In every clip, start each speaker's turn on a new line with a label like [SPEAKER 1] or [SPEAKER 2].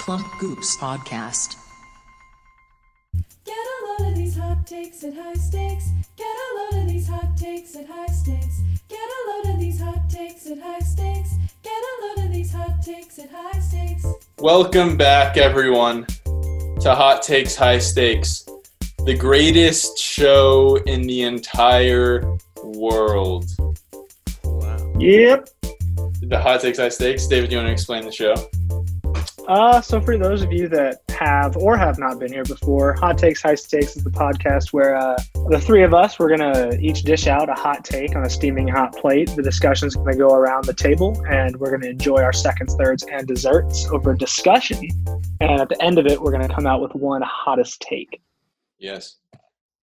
[SPEAKER 1] Plump Goops Podcast.
[SPEAKER 2] Get a load of these hot takes at high stakes. Get a load of these hot takes at high stakes. Get a load of these hot takes at high stakes. Get a load of these hot takes at high stakes.
[SPEAKER 3] Welcome back, everyone, to Hot Takes High Stakes, the greatest show in the entire world.
[SPEAKER 4] Yep.
[SPEAKER 3] The Hot Takes High Stakes. David, you want to explain the show?
[SPEAKER 4] Uh, so for those of you that have or have not been here before, Hot Takes High Stakes is the podcast where uh, the three of us we're gonna each dish out a hot take on a steaming hot plate. The discussion's gonna go around the table, and we're gonna enjoy our seconds, thirds, and desserts over discussion. And at the end of it, we're gonna come out with one hottest take.
[SPEAKER 3] Yes.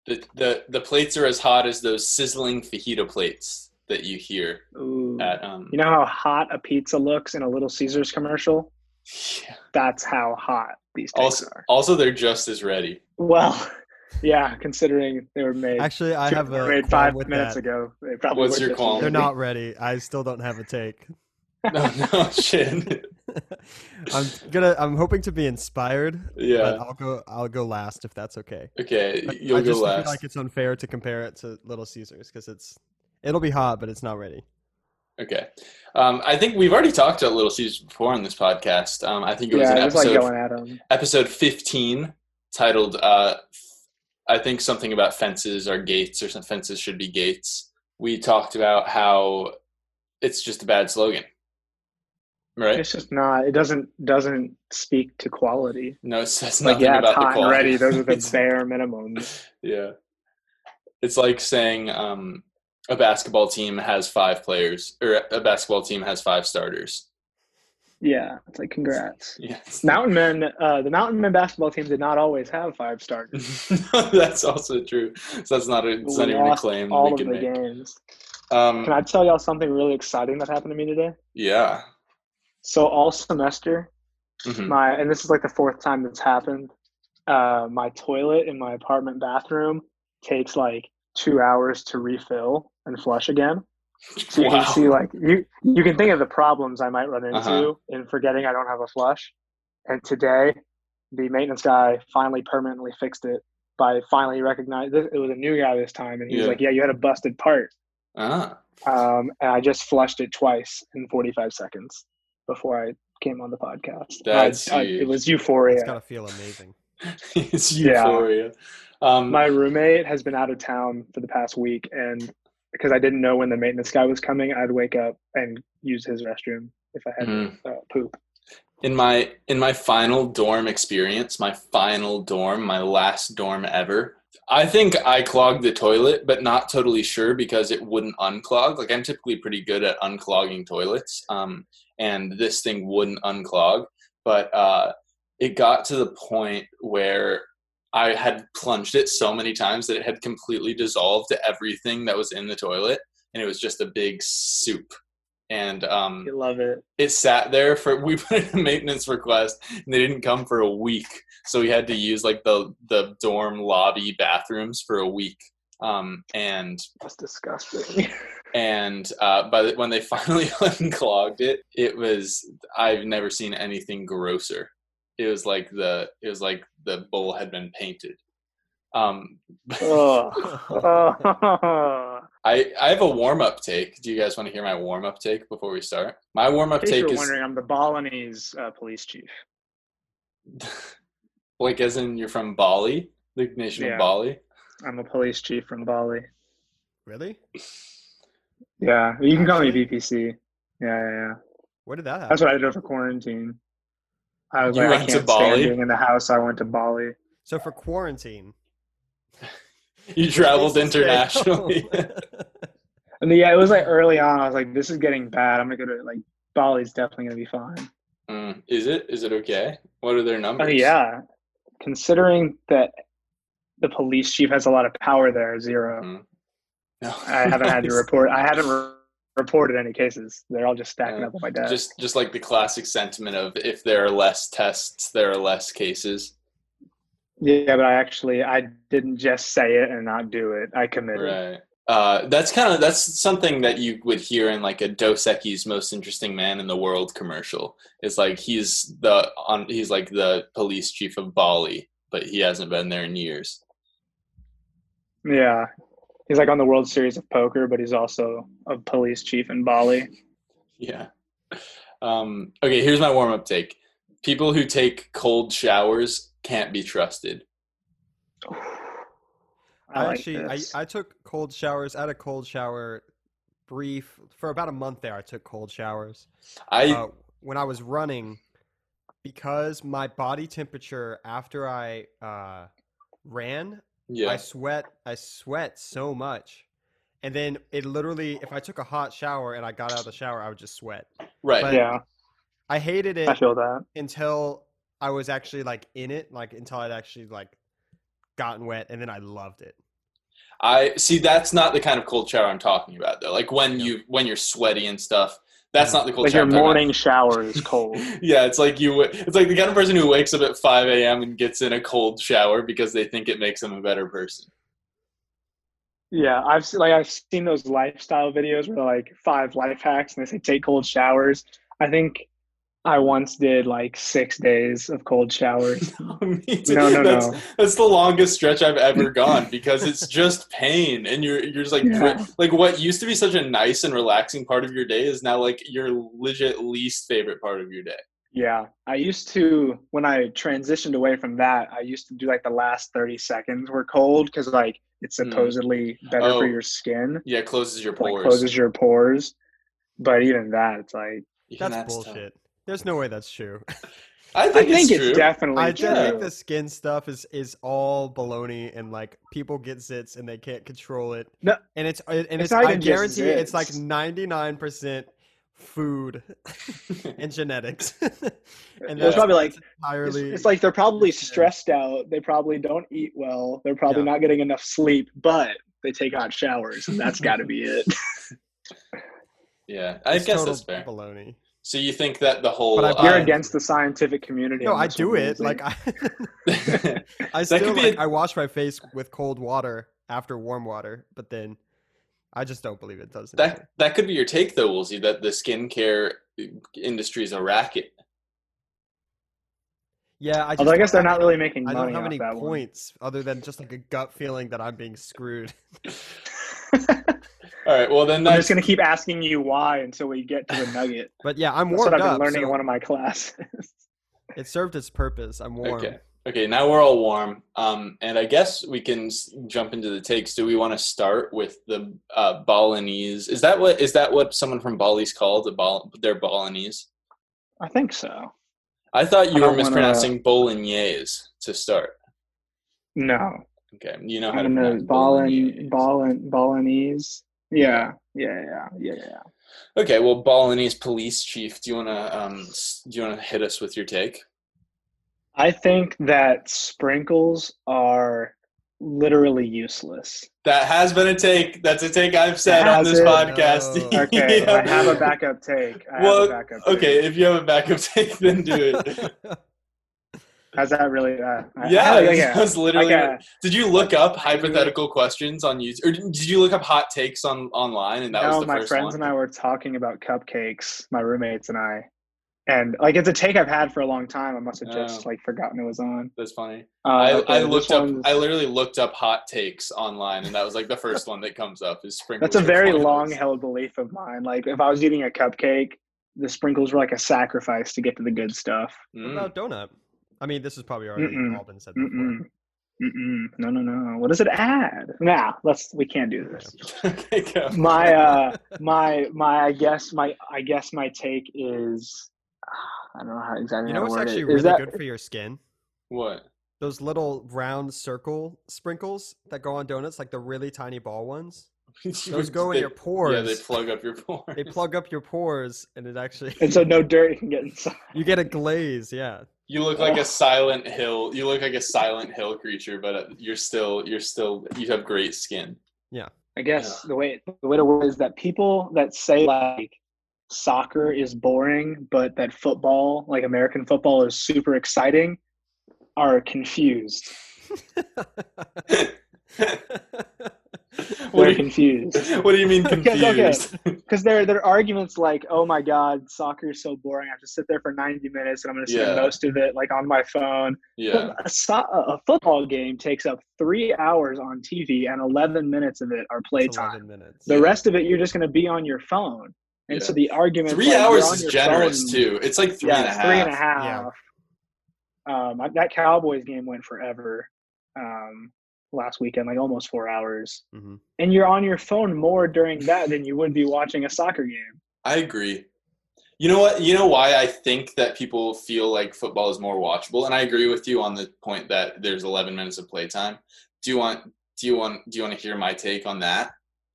[SPEAKER 3] The, the, the plates are as hot as those sizzling fajita plates that you hear
[SPEAKER 4] Ooh.
[SPEAKER 3] at. Um,
[SPEAKER 4] Mm. You know how hot a pizza looks in a Little Caesars commercial?
[SPEAKER 3] yeah.
[SPEAKER 4] That's how hot these takes
[SPEAKER 3] also,
[SPEAKER 4] are.
[SPEAKER 3] also, they're just as ready.
[SPEAKER 4] Well, yeah, considering they were made.
[SPEAKER 5] Actually, I
[SPEAKER 4] Sure,
[SPEAKER 5] have a
[SPEAKER 4] made
[SPEAKER 5] made
[SPEAKER 4] five
[SPEAKER 5] with
[SPEAKER 4] minutes
[SPEAKER 5] that.
[SPEAKER 4] ago. They probably
[SPEAKER 3] What's
[SPEAKER 4] would
[SPEAKER 3] your
[SPEAKER 4] just-
[SPEAKER 3] qualm?
[SPEAKER 5] They're not ready. I still don't have a take.
[SPEAKER 3] No, no, shit.
[SPEAKER 5] I'm gonna. I'm hoping to be inspired. But
[SPEAKER 3] Yeah.
[SPEAKER 5] I'll go. I'll go last if that's okay.
[SPEAKER 3] Okay,
[SPEAKER 5] I-
[SPEAKER 3] you'll
[SPEAKER 5] I
[SPEAKER 3] go
[SPEAKER 5] just
[SPEAKER 3] last.
[SPEAKER 5] feel like it's unfair to compare it to Little Caesars because it's. It'll be hot, but it's not ready.
[SPEAKER 3] Okay. Um, I think we've already talked about Little Caesars before on this podcast. Um, I think it was
[SPEAKER 4] Yeah,
[SPEAKER 3] an
[SPEAKER 4] it was like
[SPEAKER 3] episode
[SPEAKER 4] going at them.
[SPEAKER 3] episode 15 titled uh, i think something about fences or gates or some fences should be gates we talked about how it's just a bad slogan right
[SPEAKER 4] It's just not. It doesn't doesn't speak to quality.
[SPEAKER 3] no it says
[SPEAKER 4] Like
[SPEAKER 3] nothing
[SPEAKER 4] yeah, it's
[SPEAKER 3] about the
[SPEAKER 4] hot and
[SPEAKER 3] quality
[SPEAKER 4] ready. Those are the
[SPEAKER 3] It's-
[SPEAKER 4] bare minimums.
[SPEAKER 3] yeah it's like saying um, a basketball team has five players or a basketball team has five starters
[SPEAKER 4] Yeah, it's like congrats.
[SPEAKER 3] yeah it's-
[SPEAKER 4] Mountain Men, uh, the Mountain Men basketball team did not always have five starters.
[SPEAKER 3] that's also true so that's not a, it's not
[SPEAKER 4] We
[SPEAKER 3] even a
[SPEAKER 4] lost
[SPEAKER 3] claim that
[SPEAKER 4] All
[SPEAKER 3] we
[SPEAKER 4] of the
[SPEAKER 3] can make
[SPEAKER 4] games.
[SPEAKER 3] um,
[SPEAKER 4] Can I tell y'all something really exciting that happened to me today?
[SPEAKER 3] yeah
[SPEAKER 4] So all semester,
[SPEAKER 3] Mhm.
[SPEAKER 4] my and this is like the fourth time that's happened uh, my toilet in my apartment bathroom takes like two hours to refill and flush again so you
[SPEAKER 3] Wow.
[SPEAKER 4] can see like you you can think of the problems i might run into
[SPEAKER 3] Uh-huh.
[SPEAKER 4] in forgetting i don't have a flush and today the maintenance guy finally permanently fixed it by finally recognizing it was a new guy this time and he was
[SPEAKER 3] Yeah.
[SPEAKER 4] like yeah you had a busted part
[SPEAKER 3] ah.
[SPEAKER 4] um, and i just flushed it twice in 45 seconds before i came on the podcast I-
[SPEAKER 3] That's
[SPEAKER 4] I-
[SPEAKER 3] huge.
[SPEAKER 4] it was euphoria
[SPEAKER 5] It's gotta feel amazing.
[SPEAKER 3] it's
[SPEAKER 4] Yeah.
[SPEAKER 3] euphoria. Um,
[SPEAKER 4] my roommate has been out of town for the past week and because i didn't know when the maintenance guy was coming i'd wake up and use his restroom if i had
[SPEAKER 3] mhm.
[SPEAKER 4] uh, poop
[SPEAKER 3] in my in my final dorm experience, my final dorm, my last dorm ever. I think I clogged the toilet, but not totally sure because it wouldn't unclog. Like I'm typically pretty good at unclogging toilets, um, and this thing wouldn't unclog. But uh, it got to the point where I had plunged it so many times that it had completely dissolved everything that was in the toilet, and it was just a big soup. And um,
[SPEAKER 4] you love it
[SPEAKER 3] it sat there for we put in a maintenance request and they didn't come for a week so we had to use like the the dorm lobby bathrooms for a week um and
[SPEAKER 4] that's disgusting
[SPEAKER 3] and uh by the, when they finally unclogged it it was i've never seen anything grosser it was like the it was like the bowl had been painted um
[SPEAKER 4] Ugh. Ugh.
[SPEAKER 3] i i have a warm-up take do you guys want to hear my warm-up take before we start my warm-up
[SPEAKER 4] In case you
[SPEAKER 3] take
[SPEAKER 4] were
[SPEAKER 3] is
[SPEAKER 4] wondering, I'm the Balinese uh, police chief.
[SPEAKER 3] like as in you're from Bali, the nation
[SPEAKER 4] Yeah.
[SPEAKER 3] of Bali.
[SPEAKER 4] I'm a police chief from Bali.
[SPEAKER 5] really?
[SPEAKER 4] Yeah, you can call me BPC. Yeah, yeah, yeah.
[SPEAKER 5] Where did that happen?
[SPEAKER 4] That's what I did over quarantine. I was
[SPEAKER 3] You
[SPEAKER 4] like, I
[SPEAKER 3] went to
[SPEAKER 4] can't stand
[SPEAKER 3] Bali?
[SPEAKER 4] being in the house. so I went to Bali.
[SPEAKER 5] so for quarantine,
[SPEAKER 3] You traveled
[SPEAKER 5] Stay
[SPEAKER 3] internationally.
[SPEAKER 5] home.
[SPEAKER 4] And yeah, it was like early on. I was like, this is getting bad. I'm gonna go to like Bali's definitely gonna be fine.
[SPEAKER 3] Mm, Is it? Is it okay? What are their numbers?
[SPEAKER 4] Oh yeah, considering that the police chief has a lot of power there,
[SPEAKER 3] Mm.
[SPEAKER 4] zero.
[SPEAKER 3] No.
[SPEAKER 4] I haven't had to report. I haven't re- reported any cases. They're all just stacking
[SPEAKER 3] Yeah.
[SPEAKER 4] up on my desk.
[SPEAKER 3] Just, just like the classic sentiment of if there are less tests, there are less cases.
[SPEAKER 4] yeah, but I actually I didn't just say it and not do it. I committed.
[SPEAKER 3] Right. Uh, that's kind of that's something that you would hear in like a Dos Equis most interesting man in the world commercial. It's like he's the on he's like the police chief of Bali, but he hasn't been there in years.
[SPEAKER 4] Yeah. He's like on the World Series of Poker, but he's also a police chief in Bali.
[SPEAKER 3] Yeah. Um, okay, here's my warm up take. People who take cold showers can't be trusted.
[SPEAKER 5] I,
[SPEAKER 4] like
[SPEAKER 5] actually
[SPEAKER 4] this.
[SPEAKER 5] I, I took cold showers. I had a cold shower brief for about a month there. I took cold showers
[SPEAKER 3] I
[SPEAKER 5] uh, when I was running because my body temperature after I uh, ran, I
[SPEAKER 3] yeah.
[SPEAKER 5] sweat. I sweat so much. And then it literally, if I took a hot shower and I got out of the shower, I would just sweat.
[SPEAKER 3] right.
[SPEAKER 5] but-
[SPEAKER 4] yeah,
[SPEAKER 5] I hated it
[SPEAKER 4] I feel that.
[SPEAKER 5] until I was actually like in it, like until I'd actually like gotten wet, and then I loved it.
[SPEAKER 3] I see that's not the kind of cold shower I'm talking about though. Like when you when you're sweaty and stuff. That's not the cold
[SPEAKER 4] Like
[SPEAKER 3] shower.
[SPEAKER 4] your
[SPEAKER 3] I'm talking about.
[SPEAKER 4] morning shower is cold.
[SPEAKER 3] Yeah, it's like you. wa- It's like the kind of person who wakes up at five a.m. and gets in a cold shower because they think it makes them a better person.
[SPEAKER 4] Yeah, I've seen, like I've seen those lifestyle videos where they're like five life hacks, and they say take cold showers. I think I once did like six days of cold showers.
[SPEAKER 3] Me too.
[SPEAKER 4] No, no,
[SPEAKER 3] that's,
[SPEAKER 4] no.
[SPEAKER 3] that's the longest stretch I've ever gone because it's just pain, and you're you're just like
[SPEAKER 4] Yeah.
[SPEAKER 3] dri- like what used to be such a nice and relaxing part of your day is now like your legit least favorite part of your day.
[SPEAKER 4] Yeah, I used to when I transitioned away from that, I used to do like the last 30 seconds were cold because like it's
[SPEAKER 3] Mm.
[SPEAKER 4] supposedly better
[SPEAKER 3] Oh.
[SPEAKER 4] for your skin,
[SPEAKER 3] Yeah, it closes your
[SPEAKER 4] like
[SPEAKER 3] pores.
[SPEAKER 4] closes your pores. But even that, it's like
[SPEAKER 3] Even
[SPEAKER 5] That's
[SPEAKER 3] tough.
[SPEAKER 5] bullshit. There's no way that's true.
[SPEAKER 3] I
[SPEAKER 4] I
[SPEAKER 3] think,
[SPEAKER 4] think
[SPEAKER 3] it's,
[SPEAKER 4] it's,
[SPEAKER 3] true.
[SPEAKER 4] definitely
[SPEAKER 5] I
[SPEAKER 4] true.
[SPEAKER 5] just think the skin stuff is is all baloney, and like people get zits and they can't control it.
[SPEAKER 4] No.
[SPEAKER 5] and it's and it's,
[SPEAKER 4] It's not
[SPEAKER 5] I
[SPEAKER 4] even just
[SPEAKER 5] guarantee it's like
[SPEAKER 4] zits.
[SPEAKER 5] ninety nine percent food and genetics. and
[SPEAKER 4] There's
[SPEAKER 5] that's
[SPEAKER 4] probably like it's,
[SPEAKER 5] entirely
[SPEAKER 4] it's like they're probably
[SPEAKER 5] Yeah.
[SPEAKER 4] stressed out. They probably don't eat well. They're probably
[SPEAKER 5] Yeah.
[SPEAKER 4] not getting enough sleep, but they take hot showers, and that's got to be it.
[SPEAKER 3] Yeah, I
[SPEAKER 5] it's
[SPEAKER 3] guess
[SPEAKER 5] total
[SPEAKER 3] that's fair.
[SPEAKER 5] baloney.
[SPEAKER 3] So you think that the whole
[SPEAKER 5] But I-
[SPEAKER 4] You're
[SPEAKER 5] Uh,
[SPEAKER 4] against the scientific community.
[SPEAKER 5] No,
[SPEAKER 4] on
[SPEAKER 5] I
[SPEAKER 4] this
[SPEAKER 5] do
[SPEAKER 4] one,
[SPEAKER 5] it.
[SPEAKER 4] isn't
[SPEAKER 5] Like I,
[SPEAKER 3] against.
[SPEAKER 5] I
[SPEAKER 3] That
[SPEAKER 5] still
[SPEAKER 3] could be
[SPEAKER 5] like
[SPEAKER 3] a-
[SPEAKER 5] I wash my face with cold water after warm water, but then I just don't believe it does. anything.
[SPEAKER 3] That that could be your take though, Woolsey, that the skincare industry is a racket.
[SPEAKER 5] yeah, I just
[SPEAKER 4] although I guess they're not
[SPEAKER 5] I-
[SPEAKER 4] really making
[SPEAKER 5] I
[SPEAKER 4] money
[SPEAKER 5] don't have
[SPEAKER 4] off
[SPEAKER 5] any
[SPEAKER 4] that one.
[SPEAKER 5] points other than just like a gut feeling that I'm being screwed.
[SPEAKER 3] All right, well then
[SPEAKER 4] I'm
[SPEAKER 3] that's
[SPEAKER 4] just gonna keep asking you why until we get to the nugget.
[SPEAKER 5] But yeah, I'm
[SPEAKER 4] That's what
[SPEAKER 5] warmed
[SPEAKER 4] I've been
[SPEAKER 5] up.
[SPEAKER 4] learning in
[SPEAKER 5] so
[SPEAKER 4] one of my classes.
[SPEAKER 5] It served its purpose. I'm warm.
[SPEAKER 3] okay. Okay, now we're all warm. Um, and I guess we can s- jump into the takes. Do we want to start with the uh, Balinese? Is that what is that what someone from Bali's called? The Bal- their Balinese?
[SPEAKER 4] I think so.
[SPEAKER 3] I thought you
[SPEAKER 4] I
[SPEAKER 3] were
[SPEAKER 4] don't wanna-
[SPEAKER 3] mispronouncing Bolognese to start.
[SPEAKER 4] No,
[SPEAKER 3] Okay, you know
[SPEAKER 4] I
[SPEAKER 3] how to
[SPEAKER 4] don't know.
[SPEAKER 3] pronounce Bolognese.
[SPEAKER 4] Balin, Balin, Balinese. Yeah, yeah, yeah, yeah, yeah.
[SPEAKER 3] Okay, well, Balinese police chief, do you wanna um, s- do you wanna hit us with your take?
[SPEAKER 4] I think that sprinkles are literally useless.
[SPEAKER 3] That has been a take. That's a take I've said on
[SPEAKER 4] Has
[SPEAKER 3] this
[SPEAKER 4] it?
[SPEAKER 3] podcast.
[SPEAKER 5] No.
[SPEAKER 4] Okay,
[SPEAKER 3] Yeah.
[SPEAKER 4] I have a backup take. I
[SPEAKER 3] Well,
[SPEAKER 4] have a backup take.
[SPEAKER 3] Okay, if you have a backup take, then do it.
[SPEAKER 4] How's that really? Uh, I-
[SPEAKER 3] yeah,
[SPEAKER 4] I,
[SPEAKER 3] that's
[SPEAKER 4] yeah.
[SPEAKER 3] literally.
[SPEAKER 4] Like a-
[SPEAKER 3] Did you look up hypothetical questions on YouTube, or did you look up hot takes on online? And that was
[SPEAKER 4] no,
[SPEAKER 3] the
[SPEAKER 4] my
[SPEAKER 3] first
[SPEAKER 4] friends
[SPEAKER 3] one?
[SPEAKER 4] and I were talking about cupcakes, my roommates and I, and like it's a take I've had for a long time. I must have just
[SPEAKER 3] Oh.
[SPEAKER 4] like forgotten it was on.
[SPEAKER 3] That's funny.
[SPEAKER 4] Uh,
[SPEAKER 3] I,
[SPEAKER 4] okay,
[SPEAKER 3] I
[SPEAKER 4] this
[SPEAKER 3] looked up.
[SPEAKER 4] one's-
[SPEAKER 3] I literally looked up hot takes online, and that was like the first one that comes up. Is sprinkles.
[SPEAKER 4] That's
[SPEAKER 3] are
[SPEAKER 4] a very
[SPEAKER 3] pointless.
[SPEAKER 4] long held belief of mine. Like if I was eating a cupcake, the sprinkles were like a sacrifice to get to the good stuff.
[SPEAKER 5] What
[SPEAKER 3] Mm.
[SPEAKER 5] about donut? I mean, this has probably already
[SPEAKER 4] Mm-mm.
[SPEAKER 5] all been said before.
[SPEAKER 4] Mm-mm. Mm-mm. No, no, no. What does it add? Nah, let's we can't do this.
[SPEAKER 3] okay, go.
[SPEAKER 4] My uh my my I guess my I guess my take is I don't know how exactly
[SPEAKER 5] You
[SPEAKER 4] how
[SPEAKER 5] know
[SPEAKER 4] to
[SPEAKER 5] what's
[SPEAKER 4] word it.
[SPEAKER 5] actually
[SPEAKER 4] Is
[SPEAKER 5] really
[SPEAKER 4] that-
[SPEAKER 5] good for your skin?
[SPEAKER 3] What?
[SPEAKER 5] Those little round circle sprinkles that go on donuts, like the really tiny ball ones. Those go in
[SPEAKER 3] They-
[SPEAKER 5] your pores.
[SPEAKER 3] Yeah, they plug up your pores.
[SPEAKER 5] they plug up your pores, and it actually
[SPEAKER 4] And so no dirt can get inside.
[SPEAKER 5] you get a glaze. Yeah.
[SPEAKER 3] You look like a Silent Hill. You look like a Silent Hill creature, but uh, you're still, you're still, you have great skin.
[SPEAKER 4] I guess the way the way to word it is that people that say like soccer is boring, but that football, like American football, is super exciting, are confused.
[SPEAKER 3] what, do
[SPEAKER 4] They're
[SPEAKER 3] you,
[SPEAKER 4] confused.
[SPEAKER 3] what do you mean
[SPEAKER 4] Because, okay.
[SPEAKER 3] confused?
[SPEAKER 4] because their their arguments like, oh my god, soccer is so boring. I have to sit there for ninety minutes, and I'm going to spend
[SPEAKER 3] Yeah.
[SPEAKER 4] most of it like on my phone.
[SPEAKER 3] yeah.
[SPEAKER 4] A, so- a football game takes up three hours on TV, and eleven minutes of it are
[SPEAKER 5] It's
[SPEAKER 4] playtime.
[SPEAKER 5] 11 minutes.
[SPEAKER 4] The rest of it, you're just going to be on your phone. And so the argument
[SPEAKER 3] Three hours is generous too. It's like three and a
[SPEAKER 4] yeah,
[SPEAKER 3] half.
[SPEAKER 4] three and a half. Um, I- that Cowboys game went forever um, last weekend, like almost four hours.
[SPEAKER 5] Mhm.
[SPEAKER 4] And you're on your phone more during that than you would be watching a soccer game.
[SPEAKER 3] I agree. You know what? You know why I think that people feel like football is more watchable, and I agree with you on the point that there's 11 minutes of playtime. Do you want? Do you want? Do you want to hear my take on that?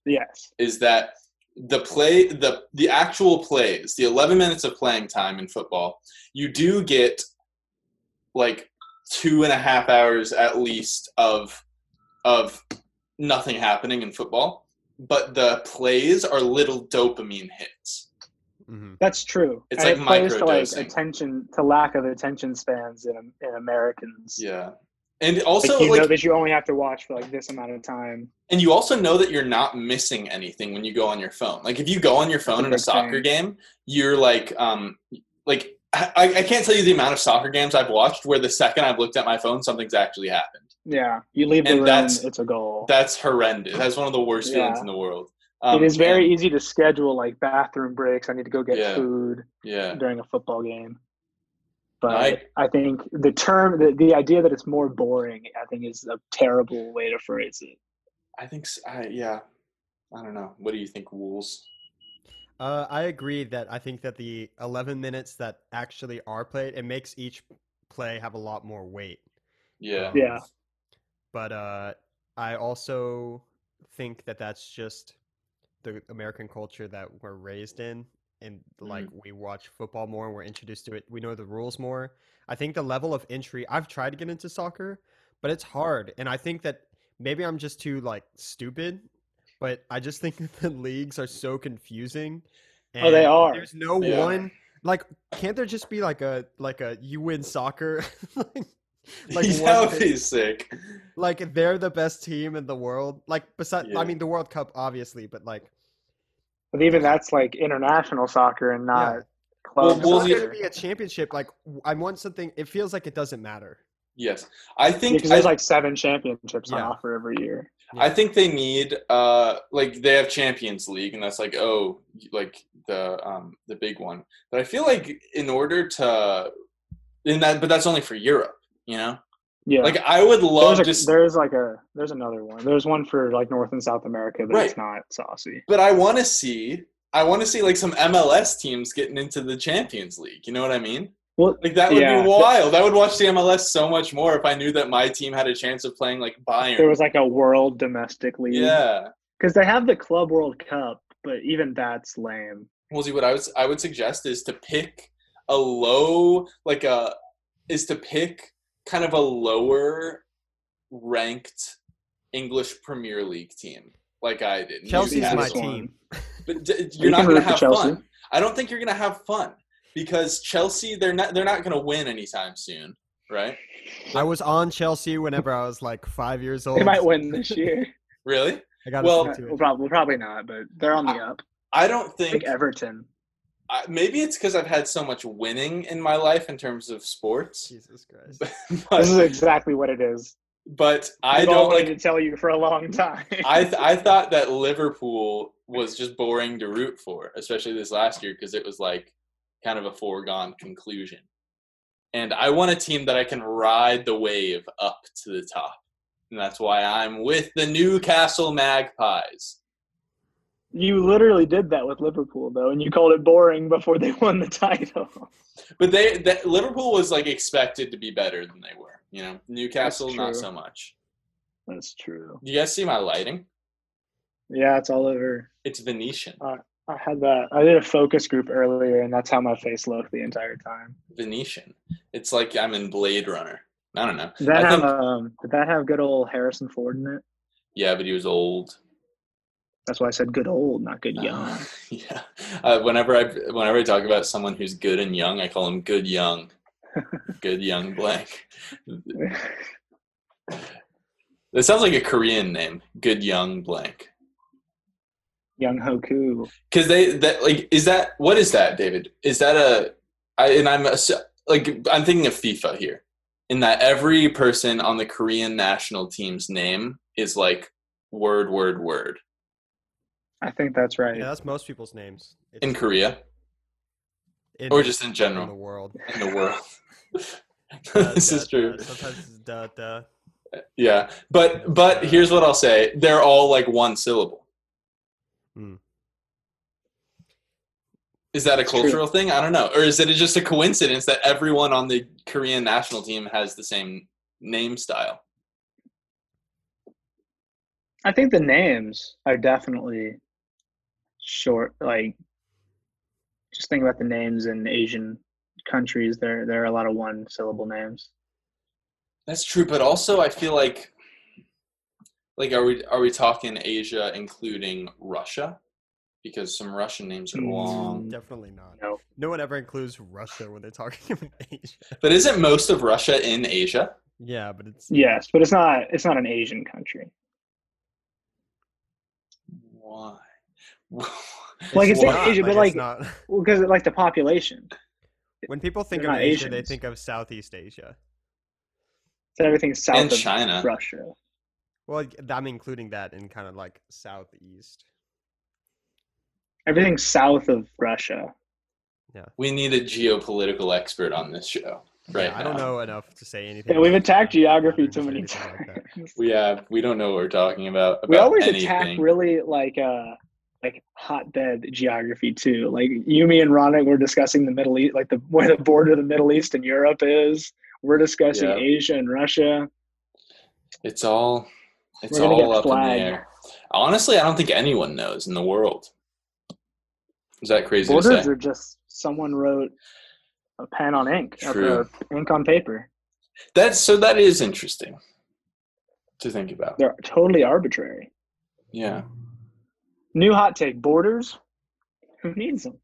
[SPEAKER 4] Yes.
[SPEAKER 3] is that the play the the actual plays the 11 minutes of playing time in football you do get like two and a half hours at least of of nothing happening in football but the plays are little dopamine hits
[SPEAKER 5] Mhm.
[SPEAKER 4] That's true.
[SPEAKER 3] It's
[SPEAKER 4] and
[SPEAKER 3] like
[SPEAKER 4] it plays to
[SPEAKER 3] microdosing.
[SPEAKER 4] like attention to lack of attention spans in in Americans.
[SPEAKER 3] yeah and
[SPEAKER 4] Like
[SPEAKER 3] also
[SPEAKER 4] you
[SPEAKER 3] like
[SPEAKER 4] know that you only have to watch for like this amount of time.
[SPEAKER 3] and you also know that you're not missing anything when you go on your phone. Like if you go on your phone in a
[SPEAKER 4] That's a big
[SPEAKER 3] soccer game, you're like, um, like I, I can't tell you the amount of soccer games I've watched where the second I've looked at my phone, something's actually happened.
[SPEAKER 4] Yeah. You leave the
[SPEAKER 3] And
[SPEAKER 4] room,
[SPEAKER 3] that's-
[SPEAKER 4] it's a goal.
[SPEAKER 3] That's horrendous. That's one of the worst feelings
[SPEAKER 4] Yeah.
[SPEAKER 3] in the world. Um,
[SPEAKER 4] it is very
[SPEAKER 3] and-
[SPEAKER 4] easy to schedule like bathroom breaks. I need to go get
[SPEAKER 3] Yeah.
[SPEAKER 4] food.
[SPEAKER 3] yeah.
[SPEAKER 4] during a football game. But
[SPEAKER 3] I-
[SPEAKER 4] I, think the term, the, the idea that it's more boring, I think is a terrible way to phrase it.
[SPEAKER 3] I think s I yeah. I don't know. What do you think, Wolves?
[SPEAKER 5] Uh, I agree that I think that the 11 minutes that actually are played, it makes each play have a lot more weight.
[SPEAKER 3] Yeah.
[SPEAKER 5] Um,
[SPEAKER 4] Yeah.
[SPEAKER 5] But uh, I also think that that's just the American culture that we're raised in. And like
[SPEAKER 4] Mm-hmm.
[SPEAKER 5] we watch football more and we're introduced to it. We know the rules more. I think the level of entry, I've tried to get into soccer, but it's hard. And I think that maybe I'm just too like stupid, but I just think that the leagues are so confusing.
[SPEAKER 4] Oh, they
[SPEAKER 5] and
[SPEAKER 4] are.
[SPEAKER 5] There's no
[SPEAKER 3] Yeah.
[SPEAKER 5] one like can't there just be like a like a you win soccer like like,
[SPEAKER 3] that
[SPEAKER 5] one
[SPEAKER 3] would
[SPEAKER 5] thing-
[SPEAKER 3] be sick.
[SPEAKER 5] like they're the best team in the world like besides
[SPEAKER 3] Yeah.
[SPEAKER 5] i mean the world cup obviously but like
[SPEAKER 4] But even that's like international soccer and not
[SPEAKER 5] Yeah.
[SPEAKER 3] Well,
[SPEAKER 4] club
[SPEAKER 5] well,
[SPEAKER 3] yeah.
[SPEAKER 5] there's
[SPEAKER 4] soccer.
[SPEAKER 5] gonna be a championship like w- i want something it feels like it doesn't matter
[SPEAKER 3] Yes. I think
[SPEAKER 4] because
[SPEAKER 3] I
[SPEAKER 4] there's like seven championships on
[SPEAKER 5] Yeah.
[SPEAKER 4] offer every year.
[SPEAKER 3] I think they need uh like they have Champions League and that's like oh like the um the big one. But I feel like in order to in that but that's only for Europe, you know?
[SPEAKER 4] Yeah,
[SPEAKER 3] Like I would love
[SPEAKER 4] there's, a,
[SPEAKER 3] just
[SPEAKER 4] there's like a there's another one. There's one for like North and South America, but it's not saucy.
[SPEAKER 3] but I want to see I want to see like some MLS teams getting into the Champions League. You know what I mean?
[SPEAKER 4] Well,
[SPEAKER 3] Like that would
[SPEAKER 4] Yeah.
[SPEAKER 3] be wild. I would watch the MLS so much more if I knew that my team had a chance of playing like Bayern.
[SPEAKER 4] there was like a world domestic league.
[SPEAKER 3] yeah.
[SPEAKER 4] because they have the Club World Cup, but even that's lame.
[SPEAKER 3] Well, see, what I would I would suggest is to pick a low, like a, is to pick kind of a lower ranked English Premier League team, like I did.
[SPEAKER 5] Chelsea's my
[SPEAKER 3] Newcastle.
[SPEAKER 4] This one.
[SPEAKER 5] team.
[SPEAKER 3] But d- you're
[SPEAKER 4] You
[SPEAKER 3] not
[SPEAKER 4] can
[SPEAKER 3] gonna
[SPEAKER 4] root for
[SPEAKER 3] have
[SPEAKER 4] Chelsea.
[SPEAKER 3] fun. I don't think you're gonna have fun because Chelsea, they're not they're not gonna win anytime soon, right?
[SPEAKER 5] i was on chelsea whenever i was like five years old
[SPEAKER 4] They might win this year.
[SPEAKER 3] Really?
[SPEAKER 5] i gotta
[SPEAKER 3] well-
[SPEAKER 5] stick to
[SPEAKER 4] Well,
[SPEAKER 5] it.
[SPEAKER 4] probably, probably not, but they're on the up.
[SPEAKER 3] I don't
[SPEAKER 4] Like
[SPEAKER 3] think.
[SPEAKER 4] Everton.
[SPEAKER 3] I, maybe it's because I've had so much winning in my life in terms of sports.
[SPEAKER 5] jesus christ
[SPEAKER 4] This is
[SPEAKER 3] But,
[SPEAKER 4] exactly what it is.
[SPEAKER 3] but I
[SPEAKER 4] I've
[SPEAKER 3] don't
[SPEAKER 4] wanted
[SPEAKER 3] like.
[SPEAKER 4] to tell you for a long time.
[SPEAKER 3] I th- I thought that Liverpool was just boring to root for, especially this last year because it was like kind of a foregone conclusion. And I want a team that I can ride the wave up to the top, and that's why I'm with the Newcastle Magpies.
[SPEAKER 4] you literally did that with Liverpool though, and you called it boring before they won the title.
[SPEAKER 3] But they that Liverpool was like expected to be better than they were. You know, Newcastle not
[SPEAKER 4] true.
[SPEAKER 3] so much.
[SPEAKER 4] That's true.
[SPEAKER 3] Do you guys see my lighting?
[SPEAKER 4] Yeah, it's all over.
[SPEAKER 3] It's Venetian.
[SPEAKER 4] I had that. I did a focus group earlier, and that's how my face looked the entire time.
[SPEAKER 3] Venetian. It's like I'm in Blade Runner. I don't know.
[SPEAKER 4] Did that
[SPEAKER 3] I
[SPEAKER 4] have
[SPEAKER 3] think,
[SPEAKER 4] um? Did that have good old Harrison Ford in it?
[SPEAKER 3] yeah, but he was old.
[SPEAKER 4] That's why I said good old, not good young.
[SPEAKER 3] Uh, yeah. Uh, whenever I whenever I talk about someone who's good and young, I call him good Uh, young. good young blank. That sounds like a Korean name. Good Young Blank.
[SPEAKER 4] Young Hoku.
[SPEAKER 3] Because they that like is that what is that, David? Is that a? I, and I'm ass- like I'm thinking of FIFA here, in that every person on the Korean national team's name is like word word word
[SPEAKER 4] I think that's right.
[SPEAKER 5] Yeah, that's most people's names. It's
[SPEAKER 3] in Korea
[SPEAKER 5] in-
[SPEAKER 3] or just in
[SPEAKER 5] in the
[SPEAKER 3] general
[SPEAKER 5] world.
[SPEAKER 3] in the world.
[SPEAKER 5] Duh,
[SPEAKER 3] this
[SPEAKER 5] duh,
[SPEAKER 3] is true.
[SPEAKER 5] duh. Sometimes it's duh, duh.
[SPEAKER 3] Yeah, but but here's what I'll say: they're all like one syllable.
[SPEAKER 5] Hmm.
[SPEAKER 3] Is that a
[SPEAKER 4] True.
[SPEAKER 3] cultural thing? I don't know, or is it just a coincidence that everyone on the Korean national team has the same name style?
[SPEAKER 4] I think the names are definitely short. Like, just think about the names in Asian countries. There, there are a lot of one-syllable names.
[SPEAKER 3] That's true, but also I feel like, like are we are we talking Asia including Russia? Because some Russian names are
[SPEAKER 4] Mm.
[SPEAKER 3] long.
[SPEAKER 5] Definitely not.
[SPEAKER 4] No.
[SPEAKER 5] No one ever includes Russia when they're talking about Asia.
[SPEAKER 3] But isn't most of Russia in Asia?
[SPEAKER 5] Yeah, but it's
[SPEAKER 4] Yes, but it's not. It's not an Asian country.
[SPEAKER 3] Why?
[SPEAKER 4] Like, it's in
[SPEAKER 5] not,
[SPEAKER 4] Asia, but,
[SPEAKER 5] it's
[SPEAKER 4] like-
[SPEAKER 5] not-
[SPEAKER 4] Well, because like the population,
[SPEAKER 5] when people think
[SPEAKER 4] they're
[SPEAKER 5] of
[SPEAKER 4] not
[SPEAKER 5] Asia, they
[SPEAKER 4] Asians.
[SPEAKER 5] think of Southeast Asia.
[SPEAKER 4] so everything's south
[SPEAKER 3] and
[SPEAKER 4] of
[SPEAKER 3] China.
[SPEAKER 4] Russia.
[SPEAKER 5] Well, y- I'm including that in kind of like Southeast.
[SPEAKER 4] Everything's south of Russia.
[SPEAKER 3] We need a geopolitical expert on this show. Right.
[SPEAKER 5] Yeah, I don't
[SPEAKER 3] now.
[SPEAKER 5] know enough to say anything.
[SPEAKER 4] Yeah, we've
[SPEAKER 5] about
[SPEAKER 4] attacked
[SPEAKER 5] China,
[SPEAKER 4] geography
[SPEAKER 5] patterns,
[SPEAKER 4] too
[SPEAKER 5] or
[SPEAKER 4] many
[SPEAKER 5] anything like that.
[SPEAKER 4] times.
[SPEAKER 3] We have we don't know what we're talking about. about
[SPEAKER 4] we always attack
[SPEAKER 3] anything.
[SPEAKER 4] really like uh like hotbed geography too like yumi and Ronick were discussing the middle east like the where the border of the middle east and europe is we're discussing
[SPEAKER 3] Yeah.
[SPEAKER 4] asia and russia
[SPEAKER 3] It's all it's
[SPEAKER 4] We're gonna
[SPEAKER 3] all
[SPEAKER 4] get
[SPEAKER 3] up in
[SPEAKER 4] flagged.
[SPEAKER 3] the air. Honestly, I don't think anyone knows in the world. Is that crazy to
[SPEAKER 4] borders
[SPEAKER 3] say?
[SPEAKER 4] are just someone wrote a pen on ink
[SPEAKER 3] True.
[SPEAKER 4] or ink on paper
[SPEAKER 3] That's so that is interesting to think about.
[SPEAKER 4] they're totally arbitrary
[SPEAKER 3] Yeah.
[SPEAKER 4] new hot take borders who needs them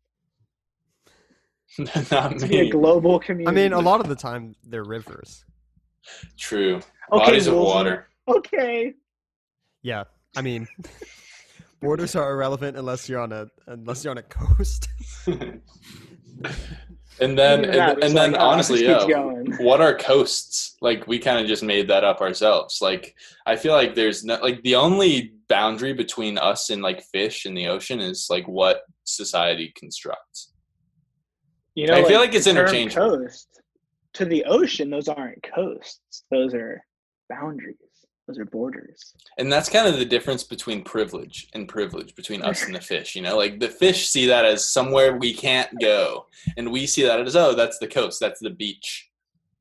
[SPEAKER 3] Not
[SPEAKER 4] to be a
[SPEAKER 3] me.
[SPEAKER 4] global
[SPEAKER 5] I
[SPEAKER 4] community
[SPEAKER 5] mean, a lot of the time they're rivers.
[SPEAKER 3] True.
[SPEAKER 4] Okay,
[SPEAKER 3] Bodies of
[SPEAKER 4] Wolsey.
[SPEAKER 3] water.
[SPEAKER 4] okay
[SPEAKER 5] Yeah, I mean, borders are irrelevant unless you're on a unless you're on a coast.
[SPEAKER 3] and then and,
[SPEAKER 4] Even that, it's
[SPEAKER 3] and then
[SPEAKER 4] like, ah, this
[SPEAKER 3] honestly, yeah.
[SPEAKER 4] keeps going.
[SPEAKER 3] what are coasts like we kind of just made that up ourselves like i feel like there's no like the only boundary between us and like fish in the ocean is like what society constructs
[SPEAKER 4] You know,
[SPEAKER 3] I feel like it's
[SPEAKER 4] the term
[SPEAKER 3] interchangeable.
[SPEAKER 4] Coast to the ocean; those aren't coasts; those are boundaries. Those are borders.
[SPEAKER 3] and that's kind of the difference between privilege and privilege between us and the fish you know like the fish see that as somewhere we can't go and we see that as oh that's the coast that's the beach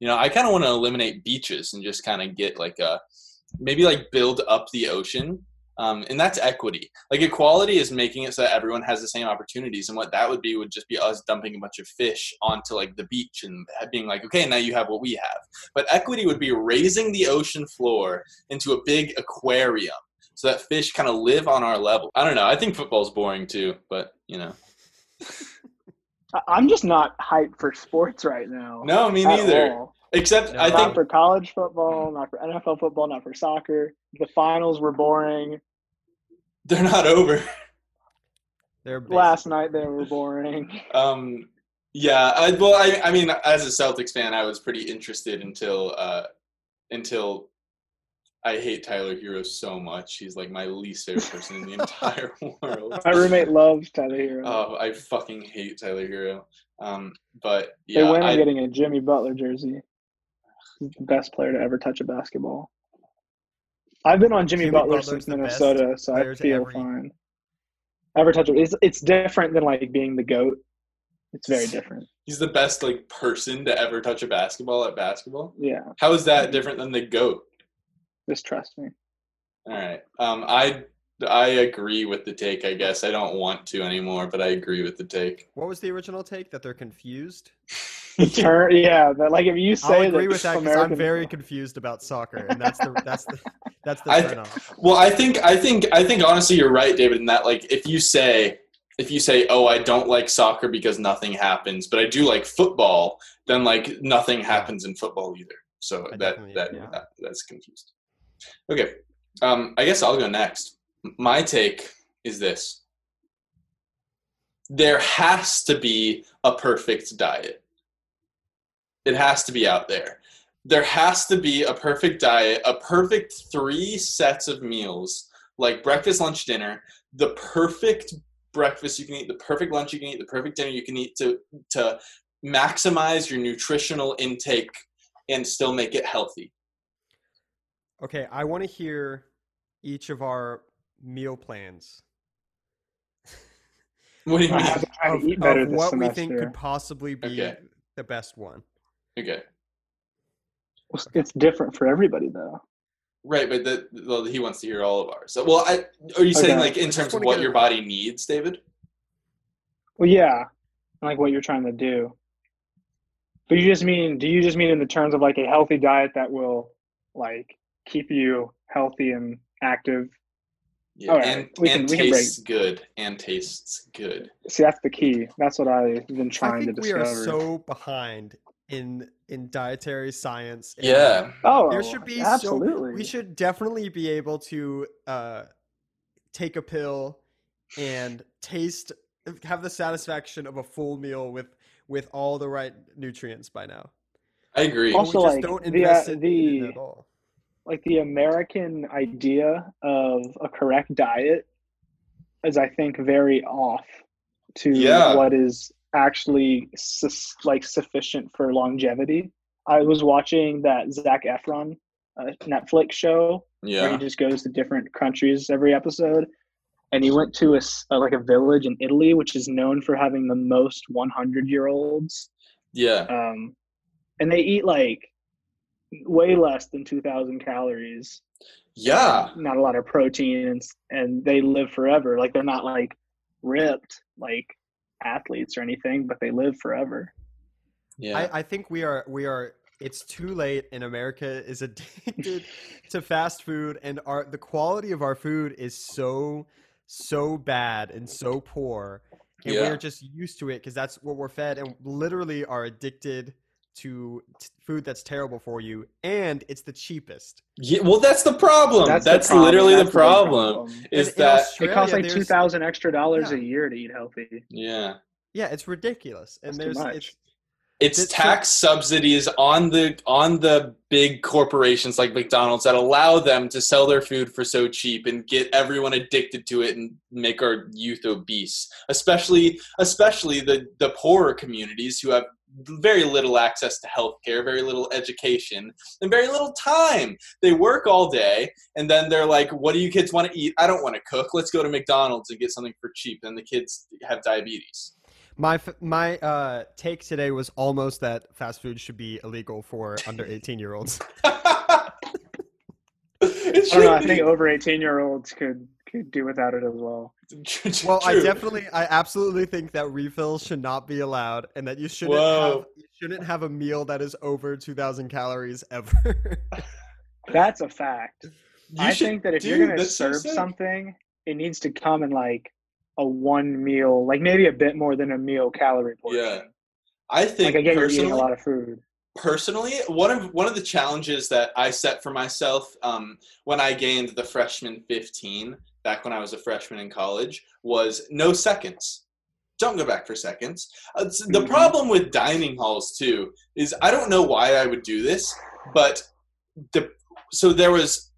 [SPEAKER 3] you know i kind of want to eliminate beaches and just kind of get like a maybe like build up the ocean um, and that's equity like equality is making it so that everyone has the same opportunities and what that would be would just be us dumping a bunch of fish onto like the beach and being like okay now you have what we have but equity would be raising the ocean floor into a big aquarium so that fish kind of live on our level i don't know i think football's boring too but you know
[SPEAKER 4] I- I'm just not hyped for sports right now.
[SPEAKER 3] no me
[SPEAKER 4] at
[SPEAKER 3] neither
[SPEAKER 4] all.
[SPEAKER 3] except
[SPEAKER 5] No.
[SPEAKER 3] i
[SPEAKER 4] Not
[SPEAKER 3] think
[SPEAKER 4] for college football, not for NFL football, not for soccer. The finals were boring.
[SPEAKER 3] they're not over
[SPEAKER 5] They're
[SPEAKER 4] Last night they were boring.
[SPEAKER 3] Um, yeah, I, well, I, I mean, as a Celtics fan, I was pretty interested until uh, until I hate Tyler Hero so much. He's like my least favorite person in the entire world.
[SPEAKER 4] My roommate loves Tyler Hero.
[SPEAKER 3] Oh, I fucking hate Tyler Hero. Um, but
[SPEAKER 4] they
[SPEAKER 3] yeah,
[SPEAKER 4] went on
[SPEAKER 3] I-
[SPEAKER 4] getting a Jimmy Butler jersey. He's the best player to ever touch a basketball. I've been on Jimmy,
[SPEAKER 5] Jimmy
[SPEAKER 4] Butler
[SPEAKER 5] Butler's
[SPEAKER 4] since
[SPEAKER 5] the best
[SPEAKER 4] Minnesota, so I
[SPEAKER 5] player to
[SPEAKER 4] feel
[SPEAKER 5] ever-
[SPEAKER 4] fine. Ever touch it? It's it's different than like being the goat. It's very different.
[SPEAKER 3] he's the best like person to ever touch a basketball at basketball.
[SPEAKER 4] Yeah,
[SPEAKER 3] How is that different than the goat?
[SPEAKER 4] just trust me.
[SPEAKER 3] All right. Um, I I agree with the take. I guess I don't want to anymore, but I agree with the take.
[SPEAKER 5] What was the original take? That they're confused.
[SPEAKER 4] Tur- yeah, but like if you
[SPEAKER 5] I'll
[SPEAKER 4] say
[SPEAKER 5] agree
[SPEAKER 4] that,
[SPEAKER 5] with that because
[SPEAKER 4] American,
[SPEAKER 5] I'm very confused about soccer, and that's the that's the that's the
[SPEAKER 3] I-
[SPEAKER 5] turnoff.
[SPEAKER 3] Well, I think I think I think honestly you're right, David, in that like if you say if you say, Oh, I don't like soccer because nothing happens, but I do like football, then like nothing happens in football either. So
[SPEAKER 5] I
[SPEAKER 3] that
[SPEAKER 5] definitely
[SPEAKER 3] that,
[SPEAKER 5] agree.
[SPEAKER 3] that that's confused. Okay. Um, I guess I'll go next. M- My take is this there has to be a perfect diet, it has to be out there. There has to be a perfect diet, a perfect three sets of meals, like breakfast, lunch, dinner, the perfect breakfast you can eat, the perfect lunch you can eat, the perfect dinner you can eat to, to maximize your nutritional intake and still make it healthy.
[SPEAKER 5] Okay, I want to hear each of our meal plans
[SPEAKER 3] What do you
[SPEAKER 4] I
[SPEAKER 3] mean?
[SPEAKER 4] have to try
[SPEAKER 5] of,
[SPEAKER 4] to eat
[SPEAKER 5] of
[SPEAKER 4] better this
[SPEAKER 5] what we think
[SPEAKER 4] semester.
[SPEAKER 5] could possibly be
[SPEAKER 3] Okay.
[SPEAKER 5] the best one.
[SPEAKER 3] Okay.
[SPEAKER 4] It's different for everybody though.
[SPEAKER 3] Right, but that well, he wants to hear all of ours. So, well, I, are you saying
[SPEAKER 4] Okay.
[SPEAKER 3] like in terms of
[SPEAKER 5] wanna
[SPEAKER 3] what
[SPEAKER 5] get
[SPEAKER 3] your
[SPEAKER 5] a-
[SPEAKER 3] body needs, David?
[SPEAKER 4] Well, yeah, and, like what you're trying to do. But you just mean, do you just mean in the terms of like a healthy diet that will like keep you healthy and active?
[SPEAKER 3] Yeah,
[SPEAKER 4] All right,
[SPEAKER 3] and
[SPEAKER 4] we can-
[SPEAKER 3] and
[SPEAKER 4] we can break.
[SPEAKER 3] tastes good, and tastes good.
[SPEAKER 4] See, that's the key. That's what I've been trying
[SPEAKER 5] I think
[SPEAKER 4] to
[SPEAKER 5] we
[SPEAKER 4] discover.
[SPEAKER 5] are so behind in in dietary science. and
[SPEAKER 3] Yeah,
[SPEAKER 4] oh,
[SPEAKER 5] there should be
[SPEAKER 4] absolutely.
[SPEAKER 5] so we should definitely be able to uh take a pill and taste have the satisfaction of a full meal with with all the right nutrients by now.
[SPEAKER 3] I agree.
[SPEAKER 5] But
[SPEAKER 4] Also,
[SPEAKER 5] we just
[SPEAKER 4] like,
[SPEAKER 5] don't
[SPEAKER 4] the, uh,
[SPEAKER 5] invest in it
[SPEAKER 4] the-
[SPEAKER 5] at all.
[SPEAKER 4] like the American idea of a correct diet is, I think, very off to
[SPEAKER 3] Yeah.
[SPEAKER 4] what is actually sus- like sufficient for longevity. I was watching that Zach Efron uh, Netflix show where he
[SPEAKER 3] Yeah,
[SPEAKER 4] just goes to different countries every episode, and he went to a s- uh, like a village in Italy, which is known for having the most 100 year olds
[SPEAKER 3] yeah,
[SPEAKER 4] um, and they eat like way less than 2000 calories
[SPEAKER 3] yeah.
[SPEAKER 4] not a lot of protein and, s- and they live forever like they're not like ripped like athletes or anything but they live forever
[SPEAKER 3] Yeah,
[SPEAKER 5] I, I think we are we are it's too late and America is addicted to fast food and our the quality of our food is so so bad and so poor and
[SPEAKER 3] Yeah.
[SPEAKER 5] we're just used to it because that's what we're fed and literally are addicted to t- food that's terrible for you and it's the cheapest
[SPEAKER 3] yeah. Well, that's the problem. That's,
[SPEAKER 4] the problem.
[SPEAKER 3] literally
[SPEAKER 4] That's
[SPEAKER 3] the
[SPEAKER 4] big
[SPEAKER 3] problem. Is
[SPEAKER 5] And in
[SPEAKER 3] that
[SPEAKER 4] it
[SPEAKER 5] Australia,
[SPEAKER 4] costs like
[SPEAKER 5] there's-
[SPEAKER 4] 2000 extra dollars
[SPEAKER 5] Yeah.
[SPEAKER 4] a year to eat healthy
[SPEAKER 3] yeah?
[SPEAKER 5] yeah it's ridiculous and
[SPEAKER 4] That's too
[SPEAKER 5] there's
[SPEAKER 4] much.
[SPEAKER 5] it's
[SPEAKER 3] It's
[SPEAKER 5] That's so-
[SPEAKER 3] tax subsidies on the on the big corporations like McDonald's that allow them to sell their food for so cheap and get everyone addicted to it and make our youth obese. Especially especially the the poorer communities who have very little access to health care, very little education, and very little time. They work all day and then they're like, What do you kids want to eat? I don't want to cook. Let's go to McDonald's and get something for cheap. Then the kids have diabetes.
[SPEAKER 5] My f- my uh, take today was almost that fast food should be illegal for under eighteen year olds.
[SPEAKER 3] It
[SPEAKER 4] i don't know i
[SPEAKER 3] should
[SPEAKER 4] think
[SPEAKER 3] be.
[SPEAKER 4] over 18 year olds could could do without it as well
[SPEAKER 3] True, true,
[SPEAKER 5] Well, I
[SPEAKER 3] true.
[SPEAKER 5] definitely, I absolutely think that refills should not be allowed, and that you shouldn't have
[SPEAKER 3] Whoa.
[SPEAKER 5] you shouldn't have a meal that is over two thousand calories ever.
[SPEAKER 4] that's a fact
[SPEAKER 3] You
[SPEAKER 4] I
[SPEAKER 3] should-
[SPEAKER 4] think that if you're
[SPEAKER 3] dude,
[SPEAKER 4] gonna
[SPEAKER 3] that's so
[SPEAKER 4] serve
[SPEAKER 3] sick.
[SPEAKER 4] something, it needs to come in like a one meal, like maybe a bit more than a meal calorie portion.
[SPEAKER 3] yeah, I think
[SPEAKER 4] Like I get you're eating
[SPEAKER 3] personally,
[SPEAKER 4] a lot of food.
[SPEAKER 3] personally, one of one of the challenges that I set for myself um, when I gained the freshman fifteen back when I was a freshman in college was no seconds. Don't go back for seconds. Uh, s- the
[SPEAKER 4] Mhm.
[SPEAKER 3] problem with dining halls too is I don't know why I would do this, but the so there was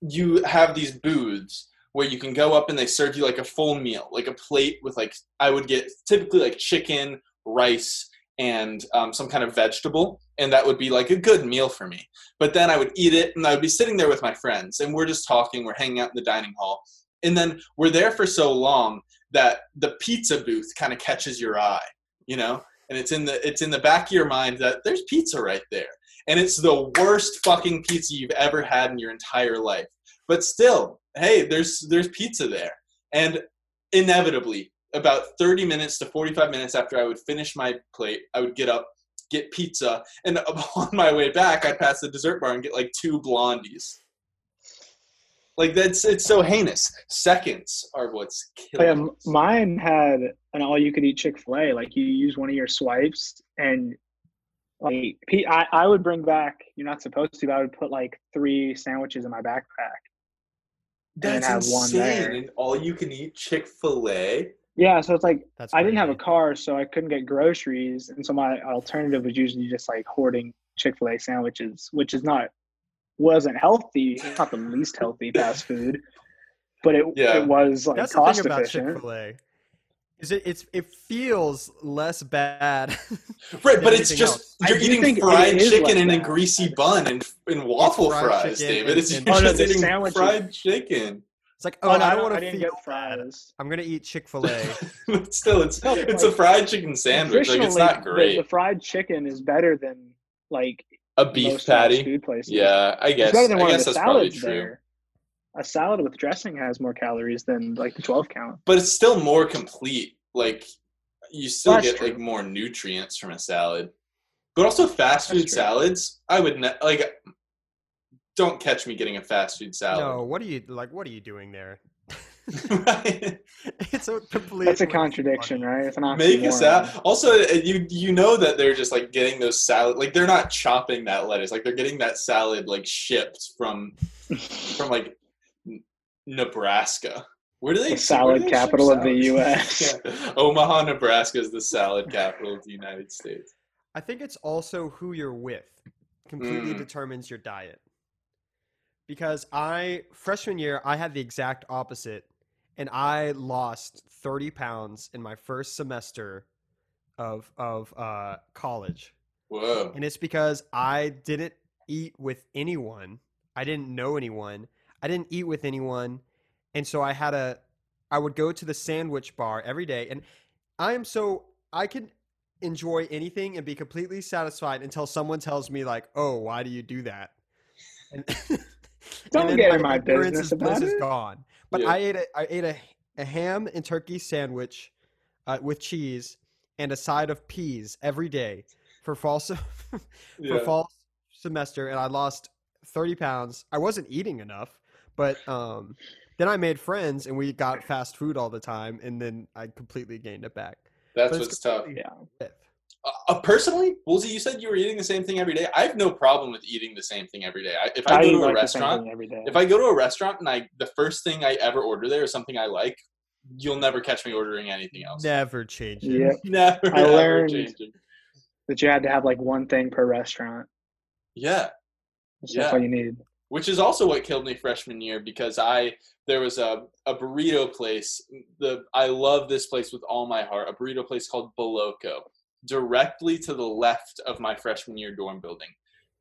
[SPEAKER 3] you have these booths where you can go up and they serve you like a full meal, like a plate with like I would get typically like chicken, rice, and um, some kind of vegetable, and that would be like a good meal for me. But then I would eat it, and I would be sitting there with my friends, and we're just talking, we're hanging out in the dining hall, and then we're there for so long that the pizza booth kind of catches your eye, you know, and it's in the it's in the back of your mind that there's pizza right there, and it's the worst fucking pizza you've ever had in your entire life. But still, hey, there's there's pizza there, and inevitably about 30 minutes to 45 minutes after I would finish my plate, I would get up, get pizza, and on my way back, I'd pass the dessert bar and get like two blondies. Like that's it's so heinous. Seconds are what's
[SPEAKER 4] But yeah,
[SPEAKER 3] killing.
[SPEAKER 4] m-
[SPEAKER 3] us.
[SPEAKER 4] mine had an all-you-could-eat Chick-fil-A. Like you use one of your swipes, and Like, Pete, I, I would bring back. You're not supposed to, but I would put like three sandwiches in my backpack. then
[SPEAKER 3] That's
[SPEAKER 4] have one there.
[SPEAKER 3] insane. And all you can eat Chick Fil A.
[SPEAKER 4] Yeah, so it's like
[SPEAKER 5] That's
[SPEAKER 4] I didn't have a
[SPEAKER 5] crazy.
[SPEAKER 4] car, so I couldn't get groceries, and so my alternative was usually just like hoarding Chick Fil A sandwiches, which is not wasn't healthy, It's not the least healthy fast food, but it
[SPEAKER 3] Yeah.
[SPEAKER 4] it was like
[SPEAKER 5] That's the
[SPEAKER 4] cost
[SPEAKER 5] thing about Chick
[SPEAKER 4] efficient.
[SPEAKER 5] Fil A. Is it? It's it feels less bad.
[SPEAKER 3] Right,
[SPEAKER 5] than
[SPEAKER 3] but it's
[SPEAKER 5] anything
[SPEAKER 3] just
[SPEAKER 5] else.
[SPEAKER 4] I
[SPEAKER 3] you're
[SPEAKER 4] do
[SPEAKER 3] eating
[SPEAKER 4] think it
[SPEAKER 3] fried
[SPEAKER 4] is
[SPEAKER 3] chicken
[SPEAKER 4] like
[SPEAKER 3] in a
[SPEAKER 4] that.
[SPEAKER 3] greasy bun and and waffle
[SPEAKER 5] fried
[SPEAKER 3] fries,
[SPEAKER 5] chicken
[SPEAKER 3] David.
[SPEAKER 5] and-
[SPEAKER 3] It's
[SPEAKER 5] and-
[SPEAKER 3] you're
[SPEAKER 4] Oh, no,
[SPEAKER 3] just
[SPEAKER 4] the
[SPEAKER 3] eating
[SPEAKER 4] sandwiches.
[SPEAKER 3] fried chicken.
[SPEAKER 5] It's like,
[SPEAKER 4] Oh,
[SPEAKER 5] oh,
[SPEAKER 4] and
[SPEAKER 5] and I
[SPEAKER 4] I,
[SPEAKER 5] don't
[SPEAKER 4] don't,
[SPEAKER 5] want
[SPEAKER 4] I
[SPEAKER 5] to
[SPEAKER 4] didn't
[SPEAKER 5] feel
[SPEAKER 4] get
[SPEAKER 5] bad.
[SPEAKER 4] fries.
[SPEAKER 5] I'm gonna eat Chick Fil A.
[SPEAKER 3] but still, it's
[SPEAKER 4] No,
[SPEAKER 3] it's a
[SPEAKER 4] like,
[SPEAKER 3] fried chicken sandwich. Like it's
[SPEAKER 4] Nutritionally,
[SPEAKER 3] not
[SPEAKER 4] the-
[SPEAKER 3] great.
[SPEAKER 4] The, fried chicken is better than like
[SPEAKER 3] a beef
[SPEAKER 4] most fast
[SPEAKER 3] patty.
[SPEAKER 4] food places.
[SPEAKER 3] Yeah, I
[SPEAKER 4] it's
[SPEAKER 3] guess.
[SPEAKER 4] better than
[SPEAKER 3] I
[SPEAKER 4] one of
[SPEAKER 3] guess
[SPEAKER 4] the
[SPEAKER 3] that's probably
[SPEAKER 4] salads
[SPEAKER 3] true.
[SPEAKER 4] there. A salad with dressing has more calories than like the twelve count.
[SPEAKER 3] But it's still more complete. Like you still
[SPEAKER 4] That's
[SPEAKER 3] get
[SPEAKER 4] true.
[SPEAKER 3] like more nutrients from a salad. But also fast
[SPEAKER 4] That's
[SPEAKER 3] food
[SPEAKER 4] true.
[SPEAKER 3] salads, I would ne- like. Don't catch me getting a fast food
[SPEAKER 5] No,
[SPEAKER 3] salad.
[SPEAKER 5] what are you like? What are you doing there?
[SPEAKER 3] right?
[SPEAKER 5] It's a complete.
[SPEAKER 4] That's a
[SPEAKER 5] waste of
[SPEAKER 4] contradiction,
[SPEAKER 5] money.
[SPEAKER 4] right? It's an
[SPEAKER 3] make a
[SPEAKER 4] oxymoron.
[SPEAKER 3] salad. Also, uh, you you know that they're just like getting those salad. Like they're not chopping that lettuce. Like they're getting that salad like shipped from from like N- Nebraska. Where do they?
[SPEAKER 4] The
[SPEAKER 3] where do
[SPEAKER 4] salad
[SPEAKER 3] they ship
[SPEAKER 4] capital of the
[SPEAKER 3] salads?
[SPEAKER 4] US.
[SPEAKER 3] Yeah. Omaha, Nebraska is the salad capital of the United States.
[SPEAKER 5] I think it's also who you're with completely
[SPEAKER 3] Mm.
[SPEAKER 5] determines your diet. Because I freshman year I had the exact opposite and I lost 30 pounds in my first semester of of uh college.
[SPEAKER 3] Whoa.
[SPEAKER 5] And it's because I didn't eat with anyone. I didn't know anyone. I didn't eat with anyone. And so I had a I would go to the sandwich bar every day and I am so I can enjoy anything and be completely satisfied until someone tells me like, "Oh, why do you do that?" And, and
[SPEAKER 4] Don't
[SPEAKER 5] then
[SPEAKER 4] get in my
[SPEAKER 5] ignorance
[SPEAKER 4] business
[SPEAKER 5] is bliss
[SPEAKER 4] about
[SPEAKER 5] is
[SPEAKER 4] it.
[SPEAKER 5] gone. But
[SPEAKER 3] Yeah.
[SPEAKER 5] I ate a I ate a, a ham and turkey sandwich uh, with cheese and a side of peas every day for fall se- for
[SPEAKER 3] Yeah.
[SPEAKER 5] fall semester and I lost 30 pounds. I wasn't eating enough, but um, then I made friends and we got fast food all the time and then I completely gained it back.
[SPEAKER 3] That's
[SPEAKER 5] But it's
[SPEAKER 3] what's tough.
[SPEAKER 5] completely
[SPEAKER 4] Yeah.
[SPEAKER 5] fifth.
[SPEAKER 3] Uh, uh, personally, Woolsey, you said you were eating the same thing every day. I have no problem with eating the same thing every day. I, if I,
[SPEAKER 4] I
[SPEAKER 3] go
[SPEAKER 4] eat
[SPEAKER 3] to a
[SPEAKER 4] like the same
[SPEAKER 3] restaurant,
[SPEAKER 4] thing every day.
[SPEAKER 3] if I go to a restaurant and I the first thing I ever order there is something I like, you'll never catch me ordering anything else.
[SPEAKER 5] Never change it.
[SPEAKER 4] Yep,
[SPEAKER 3] Never
[SPEAKER 4] I
[SPEAKER 3] ever
[SPEAKER 4] learned.
[SPEAKER 3] changing.
[SPEAKER 4] that you had to have like one thing per restaurant.
[SPEAKER 3] Yeah,
[SPEAKER 4] So
[SPEAKER 3] Yeah.
[SPEAKER 4] That's all you need.
[SPEAKER 3] which is also what killed me freshman year because I there was a a burrito place. The I love this place with all my heart. A burrito place called Boloco, directly to the left of my freshman year dorm building.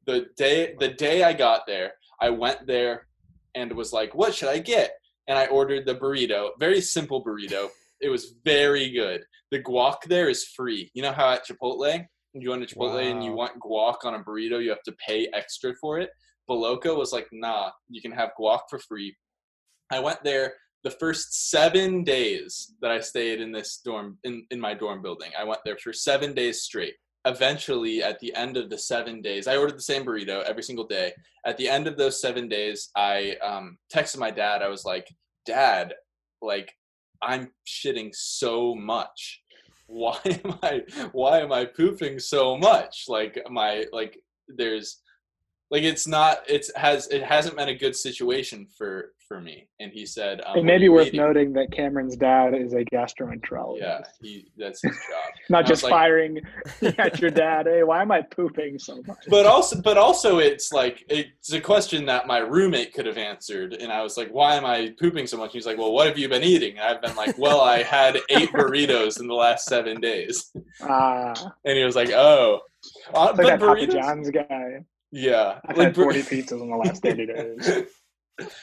[SPEAKER 3] The day the day I got there, I went there and was like, "What should I get?" And I ordered the burrito. Very simple burrito. It was very good. The guac there is free. You know how at Chipotle, you go into Chipotle and you
[SPEAKER 5] Wow.
[SPEAKER 3] want guac on a burrito, you have to pay extra for it. Boloco was like, nah, you can have guac for free. I went there the first seven days that I stayed in this dorm, in, in my dorm building. I went there for seven days straight. Eventually, at the end of the seven days, I ordered the same burrito every single day. At the end of those seven days, I um, texted my dad. I was like, Dad, like, I'm shitting so much. Why am I why am I pooping so much? Like my like there's like it's not it's has it hasn't been a good situation for for me and he said um,
[SPEAKER 4] It
[SPEAKER 3] "What
[SPEAKER 4] may
[SPEAKER 3] are
[SPEAKER 4] be
[SPEAKER 3] you
[SPEAKER 4] worth
[SPEAKER 3] eating?"
[SPEAKER 4] noting that Cameron's dad is a gastroenterologist.
[SPEAKER 3] yeah he that's his job
[SPEAKER 4] Not
[SPEAKER 3] I was
[SPEAKER 4] just
[SPEAKER 3] like-
[SPEAKER 4] firing at your dad. Hey, why am I pooping so much?
[SPEAKER 3] but also but also it's like it's a question that my roommate could have answered and i was like why am i pooping so much he's like well what have you been eating and i've been like well i had eight burritos in the last seven days
[SPEAKER 5] Uh,
[SPEAKER 4] Ah, it's
[SPEAKER 3] and he was like oh Uh,
[SPEAKER 4] like that
[SPEAKER 3] but
[SPEAKER 4] Papa
[SPEAKER 3] burritos-
[SPEAKER 4] John's guy.
[SPEAKER 3] yeah
[SPEAKER 4] I've
[SPEAKER 3] like
[SPEAKER 4] had
[SPEAKER 3] bur-
[SPEAKER 4] 40 pizzas in the last 30 days.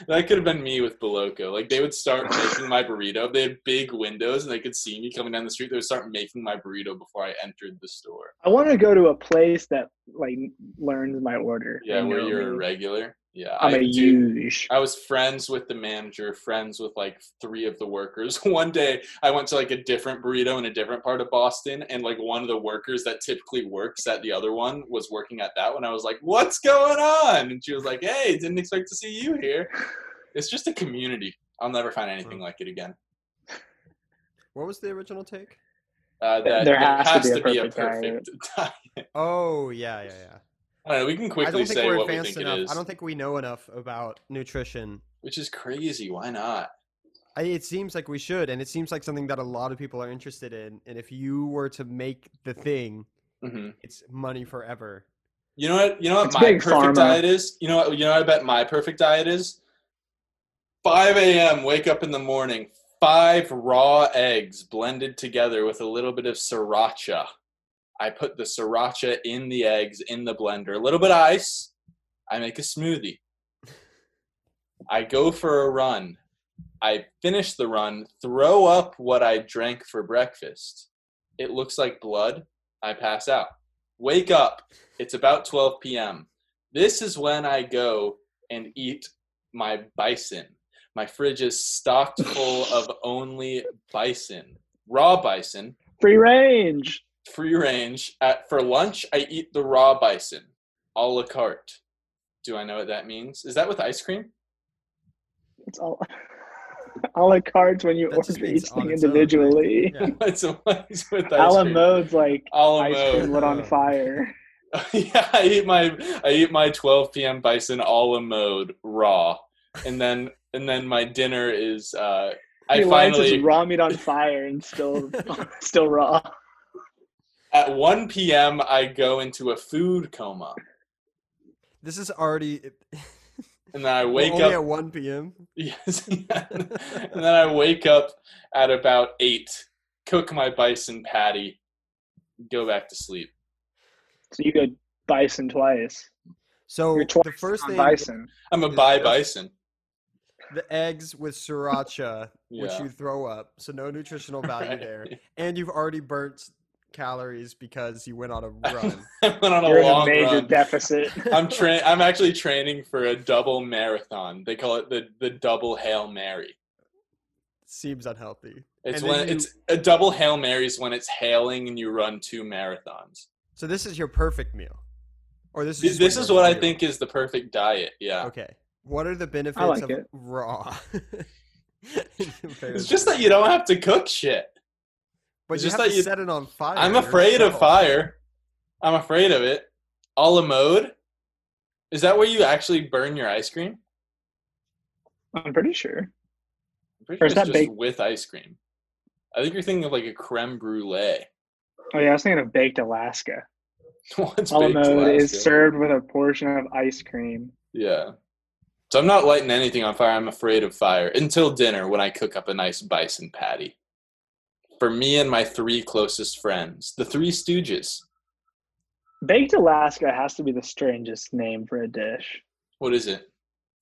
[SPEAKER 3] that could have been me with Boloco. Like they would start making my burrito. They had big windows and they could see me coming down the street. They would start making my burrito before I entered the store.
[SPEAKER 4] I want to go to a place that like learns my order.
[SPEAKER 3] Yeah,
[SPEAKER 4] They
[SPEAKER 3] where
[SPEAKER 4] know
[SPEAKER 3] you're a
[SPEAKER 4] me.
[SPEAKER 3] regular. Yeah,
[SPEAKER 4] I'm
[SPEAKER 3] I
[SPEAKER 4] a
[SPEAKER 3] do-
[SPEAKER 4] huge.
[SPEAKER 3] I was friends with the manager, friends with like three of the workers. One day I went to like a different burrito in a different part of Boston, and like one of the workers that typically works at the other one was working at that one. I was like, What's going on? And she was like, Hey, didn't expect to see you here. It's just a community. I'll never find anything like it again.
[SPEAKER 5] What was the original take?
[SPEAKER 3] Uh, that
[SPEAKER 4] There has to be a perfect diet.
[SPEAKER 3] diet.
[SPEAKER 5] Oh yeah, yeah, yeah.
[SPEAKER 3] I don't know. We can
[SPEAKER 5] I
[SPEAKER 3] quickly
[SPEAKER 5] don't think
[SPEAKER 3] say
[SPEAKER 5] we're
[SPEAKER 3] what we
[SPEAKER 5] advanced
[SPEAKER 3] think it
[SPEAKER 5] enough.
[SPEAKER 3] is,
[SPEAKER 5] I don't think we know enough about nutrition.
[SPEAKER 3] which is crazy. Why not?
[SPEAKER 5] I, it seems like we should, and it seems like something that a lot of people are interested in. And if you were to make the thing,
[SPEAKER 3] hmm
[SPEAKER 5] it's money forever.
[SPEAKER 3] You know what? You know what
[SPEAKER 4] It's
[SPEAKER 3] my
[SPEAKER 4] big
[SPEAKER 3] perfect
[SPEAKER 4] pharma.
[SPEAKER 3] diet is. You know what? You know what I bet my perfect diet is. Five a.m. Wake up in the morning. Five raw eggs blended together with a little bit of sriracha. I put the sriracha in the eggs in the blender. A little bit of ice. I make a smoothie. I go for a run. I finish the run. Throw up what I drank for breakfast. It looks like blood. I pass out. Wake up. It's about 12 p.m. This is when I go and eat my bison. My fridge is stocked full of only bison, raw bison,
[SPEAKER 4] Free range.
[SPEAKER 3] free range. At, for lunch, I eat the raw bison, a la carte. Do I know what that means? Is that with ice cream?
[SPEAKER 4] It's all a la carte when you
[SPEAKER 5] That just
[SPEAKER 4] order
[SPEAKER 5] means
[SPEAKER 4] each
[SPEAKER 5] on
[SPEAKER 4] thing
[SPEAKER 5] its own, right?
[SPEAKER 4] individually.
[SPEAKER 5] Yeah.
[SPEAKER 3] It's always with
[SPEAKER 4] a
[SPEAKER 3] ice
[SPEAKER 4] la
[SPEAKER 3] cream.
[SPEAKER 4] mode's like
[SPEAKER 3] A la
[SPEAKER 4] ice cream
[SPEAKER 3] mode.
[SPEAKER 4] lit on fire.
[SPEAKER 3] yeah, I eat my I eat my 12 p.m. bison a la mode raw, and then and then my dinner is uh, I
[SPEAKER 4] he lights his
[SPEAKER 3] finally
[SPEAKER 4] raw meat on fire and still still raw.
[SPEAKER 3] At 1 p.m., I go into a food coma,
[SPEAKER 5] This is already.
[SPEAKER 3] and then I
[SPEAKER 5] We're
[SPEAKER 3] wake
[SPEAKER 5] only
[SPEAKER 3] up.
[SPEAKER 5] at one p.m.
[SPEAKER 3] Yes, and then and then I wake up at about eight, cook my bison patty, go back to sleep.
[SPEAKER 4] So you go bison twice.
[SPEAKER 5] So
[SPEAKER 4] You're twice
[SPEAKER 5] the first
[SPEAKER 4] on
[SPEAKER 5] thing,
[SPEAKER 4] bison.
[SPEAKER 3] I'm a
[SPEAKER 5] Is
[SPEAKER 3] bi
[SPEAKER 5] this-
[SPEAKER 3] bison.
[SPEAKER 5] the eggs with sriracha, which
[SPEAKER 3] Yeah.
[SPEAKER 5] you throw up, so no nutritional value
[SPEAKER 3] Right.
[SPEAKER 5] there, and you've already burnt calories because you went on a run.
[SPEAKER 3] I went on a
[SPEAKER 4] You're in a
[SPEAKER 3] long
[SPEAKER 4] major
[SPEAKER 3] run.
[SPEAKER 4] deficit.
[SPEAKER 3] I'm tra- I'm actually training for a double marathon. They call it the the double hail mary.
[SPEAKER 5] Seems unhealthy.
[SPEAKER 3] It's
[SPEAKER 5] And then
[SPEAKER 3] when
[SPEAKER 5] you-
[SPEAKER 3] it's a double hail mary is when it's hailing and you run two marathons.
[SPEAKER 5] So this is your perfect meal, or this
[SPEAKER 3] This,
[SPEAKER 5] is just what
[SPEAKER 3] this
[SPEAKER 5] you're
[SPEAKER 3] is what I
[SPEAKER 5] doing.
[SPEAKER 3] think is the perfect diet. Yeah.
[SPEAKER 5] Okay, what are the benefits
[SPEAKER 4] like
[SPEAKER 5] of
[SPEAKER 4] it.
[SPEAKER 5] raw?
[SPEAKER 3] It's just that you don't have to cook shit.
[SPEAKER 5] But
[SPEAKER 3] it's
[SPEAKER 5] you
[SPEAKER 3] just
[SPEAKER 5] have
[SPEAKER 3] that
[SPEAKER 5] to
[SPEAKER 3] you-
[SPEAKER 5] set it on fire.
[SPEAKER 3] I'm afraid of
[SPEAKER 5] yourself.
[SPEAKER 3] fire. I'm afraid of it. A la mode. Is that where you actually burn your ice cream?
[SPEAKER 4] I'm pretty sure.
[SPEAKER 3] I'm pretty sure
[SPEAKER 4] Or is
[SPEAKER 3] it's
[SPEAKER 4] that
[SPEAKER 3] just
[SPEAKER 4] baked?
[SPEAKER 3] with ice cream. I think you're thinking of like a creme brulee.
[SPEAKER 4] Oh yeah, I was thinking of baked Alaska.
[SPEAKER 3] What's
[SPEAKER 4] A la
[SPEAKER 3] baked
[SPEAKER 4] mode is
[SPEAKER 3] Alaska?
[SPEAKER 4] served with a portion of ice cream.
[SPEAKER 3] Yeah. So I'm not lighting anything on fire. I'm afraid of fire until dinner when I cook up a nice bison patty. For me and my three closest friends, the three stooges.
[SPEAKER 4] Baked Alaska has to be the strangest name for a dish.
[SPEAKER 3] What is it?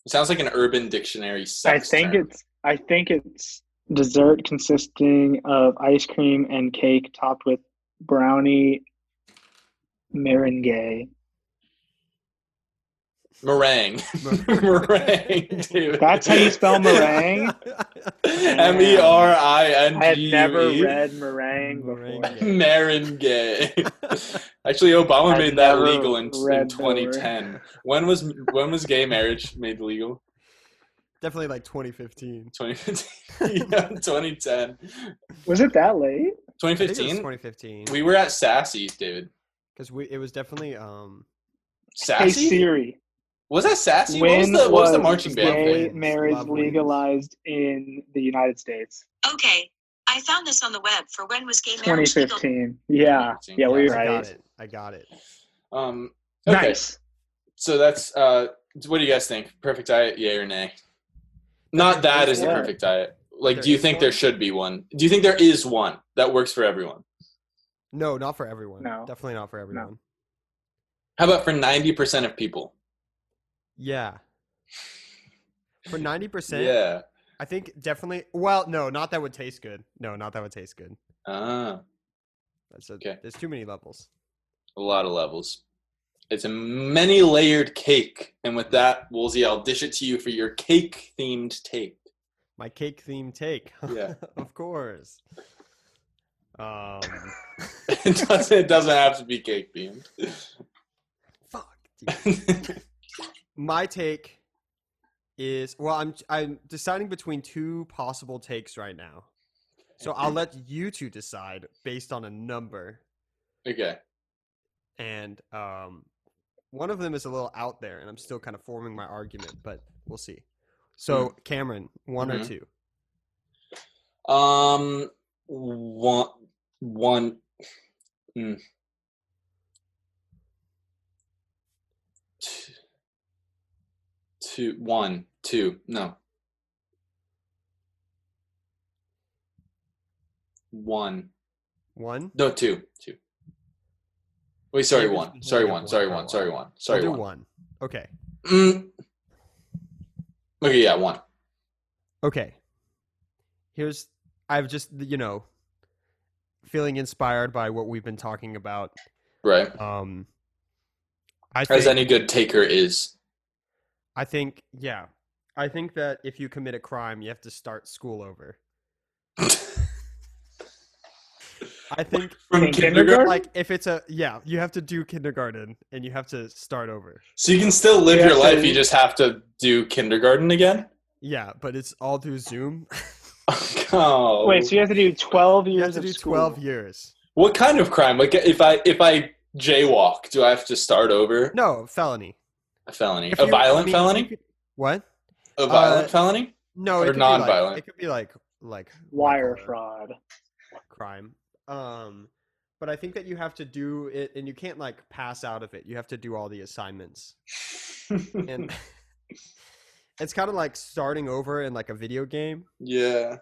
[SPEAKER 3] It sounds like an urban dictionary.
[SPEAKER 4] I
[SPEAKER 3] sex
[SPEAKER 4] think
[SPEAKER 3] term.
[SPEAKER 4] it's I think it's dessert consisting of ice cream and cake topped with brownie meringue.
[SPEAKER 3] meringue. meringue, dude.
[SPEAKER 4] That's how you spell meringue?
[SPEAKER 3] M E R I N G.
[SPEAKER 4] I had
[SPEAKER 3] U E.
[SPEAKER 4] never read meringue before.
[SPEAKER 5] Meringue.
[SPEAKER 3] meringue. Actually, Obama
[SPEAKER 4] I've
[SPEAKER 3] made that
[SPEAKER 4] never
[SPEAKER 3] legal in, in
[SPEAKER 4] read the word.
[SPEAKER 3] 2010. When was when was gay marriage made legal?
[SPEAKER 5] Definitely like 2015.
[SPEAKER 3] 2015. yeah, 2010.
[SPEAKER 4] Was it that late?
[SPEAKER 5] I think it was
[SPEAKER 3] 2015.
[SPEAKER 5] 2015.
[SPEAKER 3] We were at Sassy, David.
[SPEAKER 5] Because we, it was definitely um.
[SPEAKER 4] Hey
[SPEAKER 3] Sassy?
[SPEAKER 4] Siri,
[SPEAKER 3] Was that Sassy? What was
[SPEAKER 4] when
[SPEAKER 3] the, what was the
[SPEAKER 4] was
[SPEAKER 3] marching band?
[SPEAKER 5] gay-
[SPEAKER 3] thing?
[SPEAKER 4] gay
[SPEAKER 5] Love
[SPEAKER 4] marriage
[SPEAKER 5] Williams.
[SPEAKER 4] legalized in the United States?
[SPEAKER 6] Okay. I found this on the web for when was gay marriage legal.
[SPEAKER 4] 2015. Yeah, yeah, we were
[SPEAKER 5] I got
[SPEAKER 4] right.
[SPEAKER 5] it. I got it.
[SPEAKER 3] Um, okay,
[SPEAKER 4] Nice.
[SPEAKER 3] so that's uh, what do you guys think? Perfect diet, yay or nay? Not that is the
[SPEAKER 4] Yeah.
[SPEAKER 3] perfect diet. Like,
[SPEAKER 5] There
[SPEAKER 3] do you
[SPEAKER 5] is
[SPEAKER 3] think
[SPEAKER 5] one?
[SPEAKER 3] there should be one? Do you think there is one that works for everyone?
[SPEAKER 5] No, not for everyone.
[SPEAKER 4] No.
[SPEAKER 5] definitely not for everyone.
[SPEAKER 3] How about for ninety percent of people?
[SPEAKER 5] Yeah. For 90%,
[SPEAKER 3] Yeah.
[SPEAKER 5] I think definitely. Well, no, not that would taste good. No, not that would taste good.
[SPEAKER 3] Ah,
[SPEAKER 5] That's a,
[SPEAKER 3] Okay.
[SPEAKER 5] There's too many levels.
[SPEAKER 3] a lot of levels. It's a many layered cake, and with that, Woolsey, I'll dish it to you for your cake themed take.
[SPEAKER 5] My cake theme take.
[SPEAKER 3] Yeah.
[SPEAKER 5] of course. Um,
[SPEAKER 3] it doesn't. It doesn't have to be cake themed.
[SPEAKER 5] fuck. Dude. my take is well i'm i'm deciding between two possible takes right now So I'll let you two decide based on a number,
[SPEAKER 3] Okay.
[SPEAKER 5] and um, one of them is a little out there, and I'm still kind of forming my argument, but we'll see.
[SPEAKER 3] Hmm.
[SPEAKER 5] So Cameron, one or
[SPEAKER 3] Mhm.
[SPEAKER 5] two?
[SPEAKER 3] Um, one, one. mm. Two- Two, one, two. No. One.
[SPEAKER 5] One.
[SPEAKER 3] No, two, two. Wait, sorry,
[SPEAKER 5] David's
[SPEAKER 3] one.
[SPEAKER 5] been
[SPEAKER 3] Sorry,
[SPEAKER 5] holding up
[SPEAKER 3] one.
[SPEAKER 5] one
[SPEAKER 3] Sorry,
[SPEAKER 5] for a
[SPEAKER 3] one. Sorry, one.
[SPEAKER 5] I'll
[SPEAKER 3] Sorry,
[SPEAKER 5] do
[SPEAKER 3] one.
[SPEAKER 5] one. Okay.
[SPEAKER 3] Mm. Okay, yeah, one.
[SPEAKER 5] Okay. Here's I've just you know feeling inspired by what we've been talking about.
[SPEAKER 3] Right.
[SPEAKER 5] Um, I
[SPEAKER 3] As
[SPEAKER 5] think,
[SPEAKER 3] any good taker is.
[SPEAKER 5] I think yeah, I think that if you commit a crime, you have to start school over. I think
[SPEAKER 3] From
[SPEAKER 4] In kindergarten?
[SPEAKER 5] like if it's a yeah, you have to do kindergarten and you have to start over.
[SPEAKER 3] So you can still live
[SPEAKER 4] Yeah,
[SPEAKER 3] your
[SPEAKER 4] so
[SPEAKER 3] life,
[SPEAKER 4] you-
[SPEAKER 3] you just have to do kindergarten again?
[SPEAKER 5] Yeah, but it's all through Zoom.
[SPEAKER 3] oh.
[SPEAKER 4] Wait, so you have to do 12 years
[SPEAKER 5] you have to
[SPEAKER 4] of
[SPEAKER 5] do
[SPEAKER 4] school.
[SPEAKER 5] twelve years.
[SPEAKER 3] what kind of crime? Like if I if I jaywalk, do I have to start over?
[SPEAKER 5] No felony.
[SPEAKER 3] A felony.
[SPEAKER 5] If
[SPEAKER 3] A
[SPEAKER 5] you- I
[SPEAKER 3] violent
[SPEAKER 5] mean, you
[SPEAKER 3] felony?
[SPEAKER 5] could- What?
[SPEAKER 3] A violent
[SPEAKER 5] uh,
[SPEAKER 3] felony?
[SPEAKER 5] No,
[SPEAKER 3] Or
[SPEAKER 5] it could be like-
[SPEAKER 3] nonviolent.
[SPEAKER 5] it could be like like what do you
[SPEAKER 4] Wire
[SPEAKER 5] call it?
[SPEAKER 4] fraud.
[SPEAKER 5] crime. Um, but I think that you have to do it, and you can't like pass out of it. You have to do all the assignments, and it's kind of like starting over in like a video game.
[SPEAKER 3] yeah.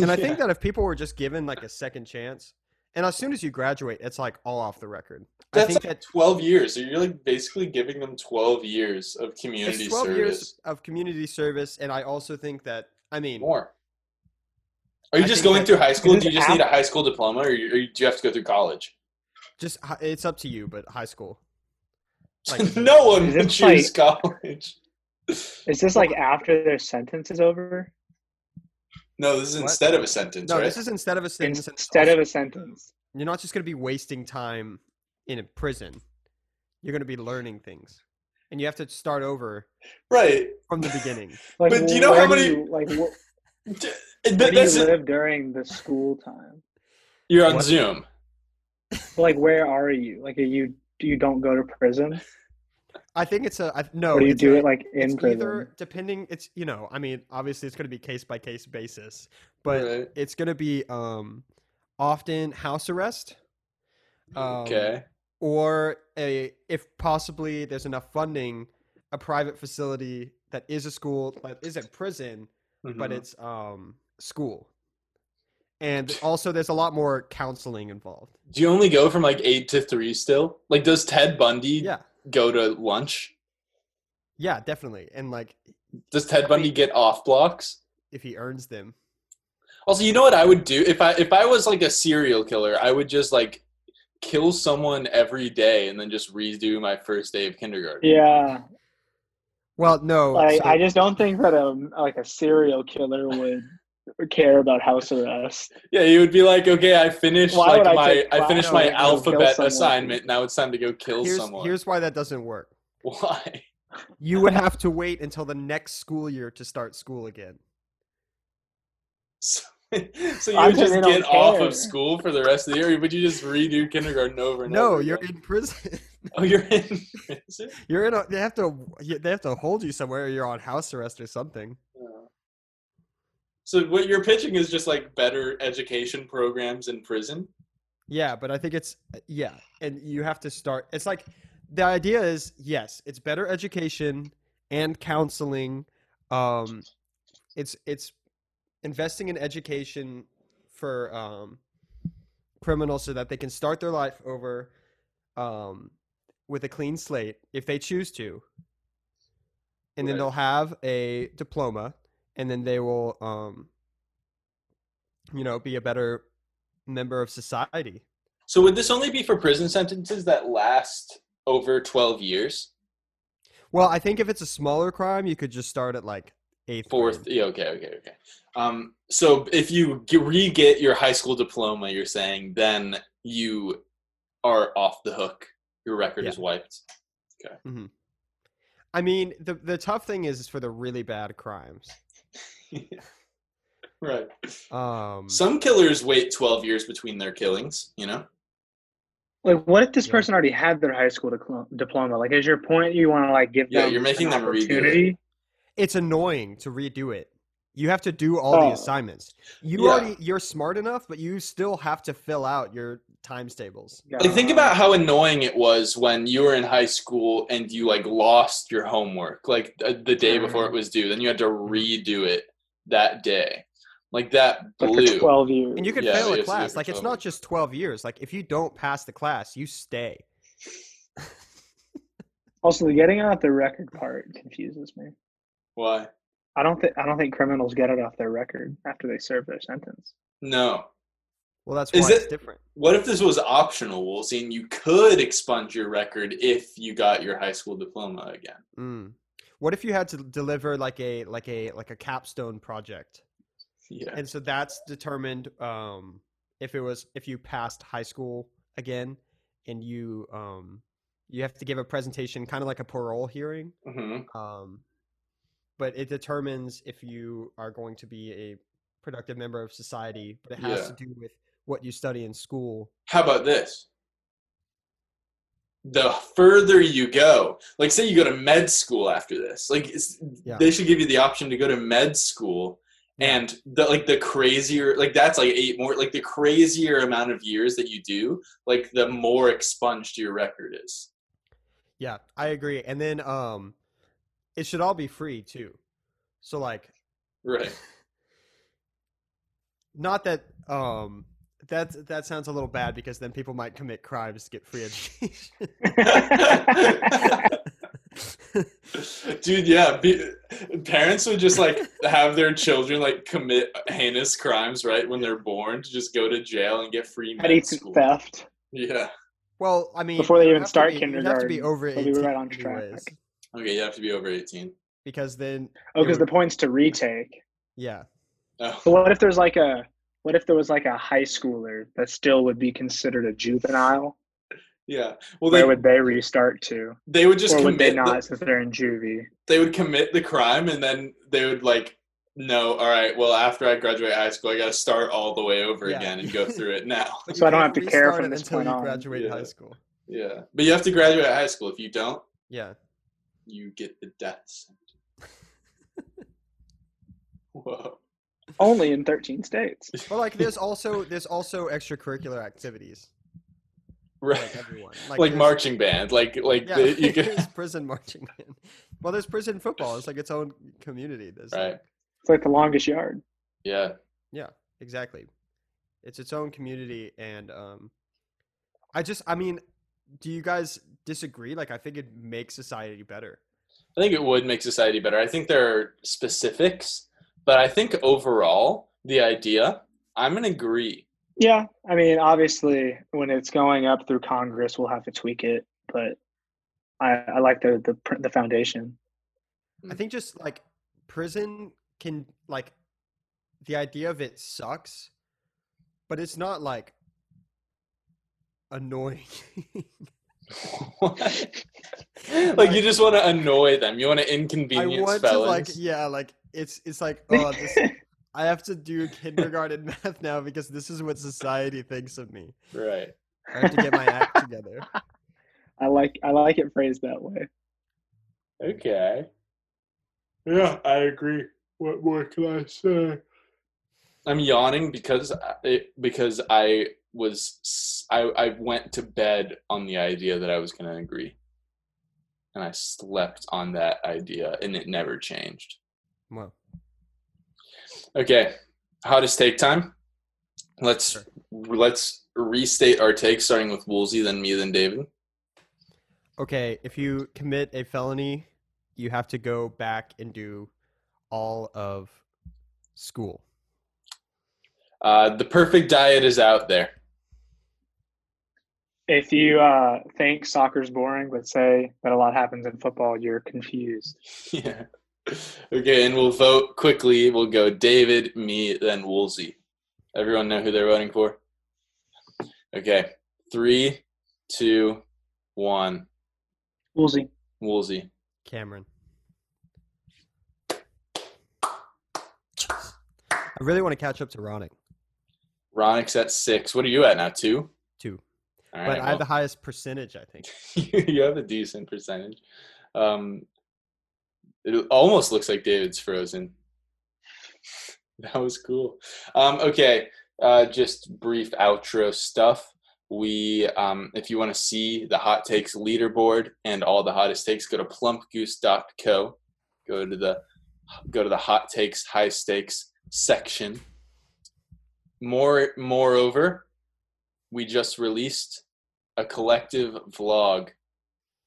[SPEAKER 5] And I think that if people were just given like a second chance, and as soon as you graduate, it's like all off the record. I
[SPEAKER 3] That's
[SPEAKER 5] think
[SPEAKER 3] like
[SPEAKER 5] that
[SPEAKER 3] 12 years. So you're like basically giving them 12 years of community
[SPEAKER 5] it's twelve
[SPEAKER 3] service.
[SPEAKER 5] years of community service, and I also think that I mean,
[SPEAKER 3] More. Are you
[SPEAKER 5] I
[SPEAKER 3] just
[SPEAKER 5] think
[SPEAKER 3] going
[SPEAKER 5] that-
[SPEAKER 3] through high school?
[SPEAKER 4] Is
[SPEAKER 3] Do you just
[SPEAKER 4] this
[SPEAKER 3] need a high school diploma, or, you, or you- do you have to go through college?
[SPEAKER 5] just hi- it's up to you. But high school,
[SPEAKER 3] no one
[SPEAKER 4] Is
[SPEAKER 3] would
[SPEAKER 4] it like-
[SPEAKER 3] choose college.
[SPEAKER 4] Is this like after their sentence is over?
[SPEAKER 3] No, this is
[SPEAKER 5] What?
[SPEAKER 3] instead of a sentence,
[SPEAKER 5] no,
[SPEAKER 3] right?
[SPEAKER 5] this is instead of a sentence. it's
[SPEAKER 4] Instead
[SPEAKER 5] also-
[SPEAKER 4] of a sentence.
[SPEAKER 5] you're not just going to be wasting time in a prison. You're going to be learning things, and you have to start over
[SPEAKER 3] right.
[SPEAKER 5] from the beginning.
[SPEAKER 4] Like,
[SPEAKER 3] But do you know how
[SPEAKER 4] where
[SPEAKER 3] many-
[SPEAKER 4] you- like, wh- where
[SPEAKER 3] D-
[SPEAKER 4] do you
[SPEAKER 3] that's it.
[SPEAKER 4] live during the school time?
[SPEAKER 3] You're on
[SPEAKER 5] What?
[SPEAKER 3] Zoom.
[SPEAKER 4] Like, where are you? Like, are you you don't go to prison,
[SPEAKER 5] I think it's a I, no.
[SPEAKER 4] or do you
[SPEAKER 5] it's
[SPEAKER 4] do
[SPEAKER 5] a-
[SPEAKER 4] it like in
[SPEAKER 5] Oh, it's
[SPEAKER 4] prison?
[SPEAKER 5] either depending. It's you know, I mean, obviously it's going to be case by case basis, but
[SPEAKER 3] Right.
[SPEAKER 5] it's going to be um often house arrest. um,
[SPEAKER 3] okay.
[SPEAKER 5] Or a if possibly there's enough funding, a private facility that is a school that is a prison but
[SPEAKER 3] Mhm.
[SPEAKER 5] it's um school and also there's a lot more counseling involved
[SPEAKER 3] do you only go from like eight to three still? Like, does Ted Bundy
[SPEAKER 5] yeah
[SPEAKER 3] go to lunch?
[SPEAKER 5] yeah definitely and like
[SPEAKER 3] Does Ted Bundy get off blocks?
[SPEAKER 5] if he earns them
[SPEAKER 3] Also, you know what I would do if I if I was like a serial killer, I would just like kill someone every day and then just redo my first day of kindergarten.
[SPEAKER 4] Yeah,
[SPEAKER 5] well no
[SPEAKER 4] like
[SPEAKER 5] so-
[SPEAKER 4] I just don't think that a like a serial killer would care about house arrest.
[SPEAKER 3] Yeah, you would be like, okay, I finished
[SPEAKER 4] Why
[SPEAKER 3] like
[SPEAKER 4] would I
[SPEAKER 3] my
[SPEAKER 4] take-
[SPEAKER 3] I
[SPEAKER 4] why
[SPEAKER 3] finished
[SPEAKER 4] would I
[SPEAKER 3] my
[SPEAKER 4] go kill
[SPEAKER 3] alphabet
[SPEAKER 4] someone?
[SPEAKER 3] assignment. Now it's time to go kill
[SPEAKER 5] here's,
[SPEAKER 3] someone.
[SPEAKER 5] here's why that doesn't work
[SPEAKER 3] Why?
[SPEAKER 5] you would have to wait until the next school year to start school again
[SPEAKER 3] So, so you
[SPEAKER 4] I
[SPEAKER 3] would
[SPEAKER 4] think
[SPEAKER 3] just
[SPEAKER 4] they don't
[SPEAKER 3] get off
[SPEAKER 4] care.
[SPEAKER 3] of school for the rest of the year? Would you just redo kindergarten over and
[SPEAKER 5] no
[SPEAKER 3] over?
[SPEAKER 5] you're
[SPEAKER 3] again?
[SPEAKER 5] in prison
[SPEAKER 3] Oh, you're in. prison?
[SPEAKER 5] you're in a, they have to yeah, they have to hold you somewhere or you're on house arrest or something
[SPEAKER 3] Yeah. So what you're pitching is just like better education programs in prison.
[SPEAKER 5] Yeah, but I think it's yeah, and you have to start. It's like the idea is yes, it's better education and counseling. Um, it's it's investing in education for um, criminals so that they can start their life over um, with a clean slate if they choose to, and then
[SPEAKER 3] Right.
[SPEAKER 5] they'll have a diploma, and then they will um, you know be a better member of society.
[SPEAKER 3] So would this only be for prison sentences that last over 12 years?
[SPEAKER 5] Well, I think if it's a smaller crime, you could just start at like eighth.
[SPEAKER 3] Fourth.
[SPEAKER 5] grade.
[SPEAKER 3] Yeah, okay, okay, okay. Um, so if you g- re-get your high school diploma, you're saying then you are off the hook. Your record is wiped.
[SPEAKER 5] I mean, the the tough thing is, is for the really bad crimes.
[SPEAKER 3] Right.
[SPEAKER 5] Um,
[SPEAKER 3] Some killers wait 12 years between their killings, you know?
[SPEAKER 4] Like, what if this
[SPEAKER 5] Yeah.
[SPEAKER 4] person already had their high school diclo- diploma? Like, is your point you want to like give
[SPEAKER 3] Yeah,
[SPEAKER 4] them?
[SPEAKER 3] you're making them
[SPEAKER 4] an
[SPEAKER 3] redo it.
[SPEAKER 4] opportunity?
[SPEAKER 5] it's annoying to redo it. You have to do all
[SPEAKER 4] Oh.
[SPEAKER 5] the assignments. You
[SPEAKER 3] Yeah.
[SPEAKER 5] already you're smart enough, but you still have to fill out your times tables.
[SPEAKER 4] Yeah.
[SPEAKER 3] Like think about how annoying it was when you were in high school and you like lost your homework like uh, the day before it was due. Then you had to redo it that day. Like that
[SPEAKER 4] But
[SPEAKER 3] blew.
[SPEAKER 4] for twelve years.
[SPEAKER 5] And you can
[SPEAKER 3] Yeah, you
[SPEAKER 5] fail
[SPEAKER 3] have to
[SPEAKER 5] a
[SPEAKER 3] do
[SPEAKER 5] class.
[SPEAKER 3] for
[SPEAKER 5] Like it's
[SPEAKER 3] 12
[SPEAKER 5] not just 12 years. Like if you don't pass the class, you stay.
[SPEAKER 4] also, the getting out the record part confuses me.
[SPEAKER 3] Why?
[SPEAKER 4] I don't think I don't think criminals get it off their record after they serve their sentence.
[SPEAKER 3] No.
[SPEAKER 5] Well, that's why
[SPEAKER 3] Is
[SPEAKER 5] it's
[SPEAKER 3] it-
[SPEAKER 5] different.
[SPEAKER 3] What if this was optional, Woolsey, and you could expunge your record if you got your high school diploma again?
[SPEAKER 5] Mm. What if you had to deliver like a like a like a capstone project?
[SPEAKER 3] Yeah.
[SPEAKER 5] And so that's determined um if it was if you passed high school again and you um you have to give a presentation kind of like a parole hearing.
[SPEAKER 3] hmm
[SPEAKER 5] Um but it determines if you are going to be a productive member of society, but it has
[SPEAKER 3] Yeah.
[SPEAKER 5] to do with what you study in school.
[SPEAKER 3] How about this? The further you go, like say you go to med school after this, like it's,
[SPEAKER 5] Yeah.
[SPEAKER 3] they should give you the option to go to med school.
[SPEAKER 5] Yeah.
[SPEAKER 3] And the like the crazier like that's like eight more like the crazier amount of years that you do like the more expunged your record is.
[SPEAKER 5] Yeah, I agree. And then um it should all be free too. So like
[SPEAKER 3] Right.
[SPEAKER 5] not that um that that sounds a little bad because then people might commit crimes to get free education.
[SPEAKER 3] Dude, yeah, be, parents would just like have their children like commit heinous crimes right when they're born to just go to jail and get free med
[SPEAKER 4] Petty
[SPEAKER 3] school.
[SPEAKER 4] theft.
[SPEAKER 3] Yeah.
[SPEAKER 5] well, I mean,
[SPEAKER 4] Before they
[SPEAKER 5] you
[SPEAKER 4] even
[SPEAKER 5] have to
[SPEAKER 4] start
[SPEAKER 5] be- you have to be
[SPEAKER 4] kindergarten,
[SPEAKER 5] over
[SPEAKER 4] they'll be
[SPEAKER 5] 18
[SPEAKER 4] right on track.
[SPEAKER 5] anyways,
[SPEAKER 3] Okay, you have to be over 18.
[SPEAKER 5] because then
[SPEAKER 4] Oh,
[SPEAKER 5] It
[SPEAKER 4] because the
[SPEAKER 5] would-
[SPEAKER 4] point's to retake.
[SPEAKER 5] yeah,
[SPEAKER 3] Oh,
[SPEAKER 4] So what if there's like a what if there was like a high schooler that still would be considered a juvenile?
[SPEAKER 3] yeah. Well, they
[SPEAKER 4] Where
[SPEAKER 3] would,
[SPEAKER 4] would they restart to?
[SPEAKER 3] they would just
[SPEAKER 4] or
[SPEAKER 3] commit.
[SPEAKER 4] would they
[SPEAKER 3] the-
[SPEAKER 4] not since they're in juvie?
[SPEAKER 3] they would commit the crime and then they would like, no, all right. Well, after I graduate high school, I got to start all the way over
[SPEAKER 5] Yeah.
[SPEAKER 3] again and go through it now.
[SPEAKER 5] But
[SPEAKER 4] So
[SPEAKER 5] you
[SPEAKER 4] I don't
[SPEAKER 5] can't
[SPEAKER 4] have to care
[SPEAKER 5] restart
[SPEAKER 4] from
[SPEAKER 5] it
[SPEAKER 4] this
[SPEAKER 5] until
[SPEAKER 4] point
[SPEAKER 5] you
[SPEAKER 4] on.
[SPEAKER 5] graduate high
[SPEAKER 3] Yeah.
[SPEAKER 5] school.
[SPEAKER 3] Yeah, but you have to graduate high school. If you don't,
[SPEAKER 5] Yeah,
[SPEAKER 3] you get the death sentence. Whoa.
[SPEAKER 4] Only in thirteen states.
[SPEAKER 5] but like there's also there's also extracurricular activities for,
[SPEAKER 3] Right.
[SPEAKER 5] like everyone
[SPEAKER 3] Like,
[SPEAKER 5] there's-
[SPEAKER 3] marching band. Like like
[SPEAKER 5] Yeah,
[SPEAKER 3] the, you
[SPEAKER 5] there's
[SPEAKER 3] can
[SPEAKER 5] prison marching band. Well, there's prison football. It's like its own community. There's
[SPEAKER 3] Right.
[SPEAKER 5] like-
[SPEAKER 4] It's like the longest yard.
[SPEAKER 3] Yeah.
[SPEAKER 5] Yeah, exactly. It's its own community and um I just I mean, do you guys disagree? Like I think it makes society better.
[SPEAKER 3] I think it would make society better. I think there are specifics, but I think overall the idea I'm gonna agree.
[SPEAKER 4] Yeah, I mean, obviously, when it's going up through Congress, we'll have to tweak it, but I, I like the, the pr- the foundation.
[SPEAKER 5] I think just like prison can like the idea of it sucks, but it's not like annoying.
[SPEAKER 3] like, you just want to annoy them. You want to
[SPEAKER 5] I
[SPEAKER 3] inconvenience
[SPEAKER 5] want to like
[SPEAKER 3] felons.
[SPEAKER 5] yeah, like it's it's like oh this I have to do kindergarten math now because this is what society thinks of me.
[SPEAKER 3] Right.
[SPEAKER 5] I have to get my act together.
[SPEAKER 4] I like I like it phrased that way.
[SPEAKER 3] Okay. Yeah, I agree. What more can I say? I'm yawning because I, because I was s- I I went to bed on the idea that I was going to agree, and I slept on that idea, and it never changed.
[SPEAKER 5] Well,
[SPEAKER 3] Okay, hottest take time. Let's
[SPEAKER 5] Sure.
[SPEAKER 3] let's restate our takes, starting with Woolsey, then me, then David.
[SPEAKER 5] Okay, if you commit a felony, you have to go back and do all of school.
[SPEAKER 3] Uh, the perfect diet is out there.
[SPEAKER 4] If you uh, think soccer's boring, but say that a lot happens in football, you're confused.
[SPEAKER 3] Yeah. Okay, and we'll vote quickly. We'll go David, me, then Woolsey. Everyone know who they're voting for? Okay. Three, two, one.
[SPEAKER 4] Woolsey,
[SPEAKER 3] Woolsey.
[SPEAKER 5] Cameron. I I really want to catch up to Ronick
[SPEAKER 3] Ronick's at six. What are you at now? Two.
[SPEAKER 5] too,
[SPEAKER 3] All
[SPEAKER 5] but I
[SPEAKER 3] well.
[SPEAKER 5] have the highest percentage. I think.
[SPEAKER 3] you you have a decent percentage. Um, it almost looks like David's frozen. That was cool. Um, okay, uh, just brief outro stuff. We, um, if you want to see the hot takes leaderboard and all the hottest takes, go to plumpgoose.co. Go to the go to the hot takes, high stakes section. More, moreover, we just released a collective vlog.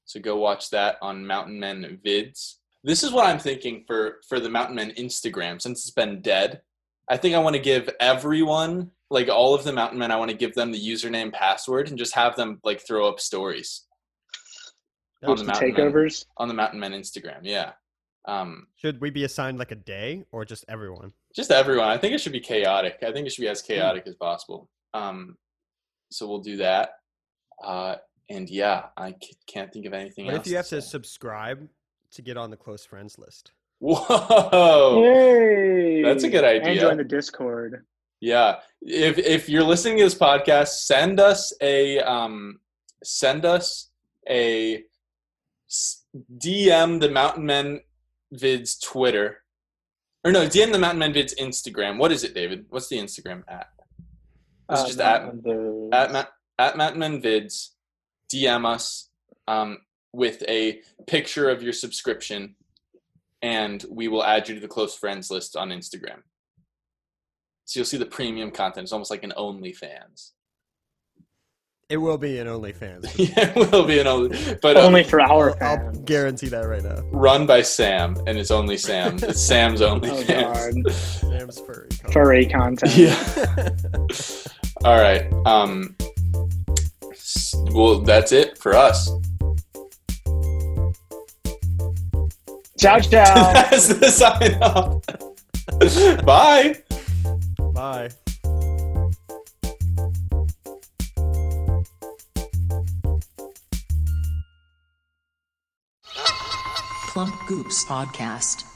[SPEAKER 3] So go watch that on Mountain Men Vids. This is what I'm thinking for for the Mountain Men Instagram since it's been dead. I think I want to give everyone, like all of the Mountain Men, I want to give them the username, password, and just have them like throw up stories
[SPEAKER 5] That
[SPEAKER 3] On
[SPEAKER 5] was-
[SPEAKER 3] the
[SPEAKER 4] Just the
[SPEAKER 3] mountain, man.
[SPEAKER 4] takeovers.
[SPEAKER 3] on the Mountain Men Instagram. Yeah, um,
[SPEAKER 5] Should we be assigned like a day or just everyone?
[SPEAKER 3] just everyone. I think it should be chaotic. I think it should be as
[SPEAKER 5] Hmm.
[SPEAKER 3] chaotic as possible. Um, so we'll do that. Uh, and yeah, I c- can't think of anything
[SPEAKER 5] What
[SPEAKER 3] else.
[SPEAKER 5] if you have to
[SPEAKER 3] say.
[SPEAKER 5] subscribe to get on the close friends list?
[SPEAKER 3] Whoa.
[SPEAKER 4] Yay!
[SPEAKER 3] Oh, That's a good
[SPEAKER 4] And
[SPEAKER 3] idea.
[SPEAKER 4] join the Discord.
[SPEAKER 3] Yeah. If if you're listening to this podcast, send us a um send us a s- DM the Mountain Men Vids Twitter. Or no, DM the Mountain Men Vids Instagram. What is it, David? What's the Instagram at? It's just at-
[SPEAKER 4] Uh, the,
[SPEAKER 3] At Ma- at Mountain Men Vids. DM us um, with a picture of your subscription and we will add you to the close friends list on Instagram. So you'll see the premium content. It's almost like an OnlyFans.
[SPEAKER 5] It will be in OnlyFans.
[SPEAKER 3] yeah, it will be an only, but um,
[SPEAKER 4] only for our
[SPEAKER 5] I'll- I'll
[SPEAKER 4] fans.
[SPEAKER 5] guarantee that right now.
[SPEAKER 3] run by Sam, and it's only Sam. It's Sam's
[SPEAKER 4] Oh,
[SPEAKER 3] OnlyFans.
[SPEAKER 4] God.
[SPEAKER 5] Sam's furry. cock.
[SPEAKER 4] Furry content.
[SPEAKER 3] yeah. All right. Um. s- Well, that's it for us.
[SPEAKER 4] Ciao, ciao.
[SPEAKER 3] that's the sign off. Bye.
[SPEAKER 5] Bye.
[SPEAKER 1] Plump Goops Podcast.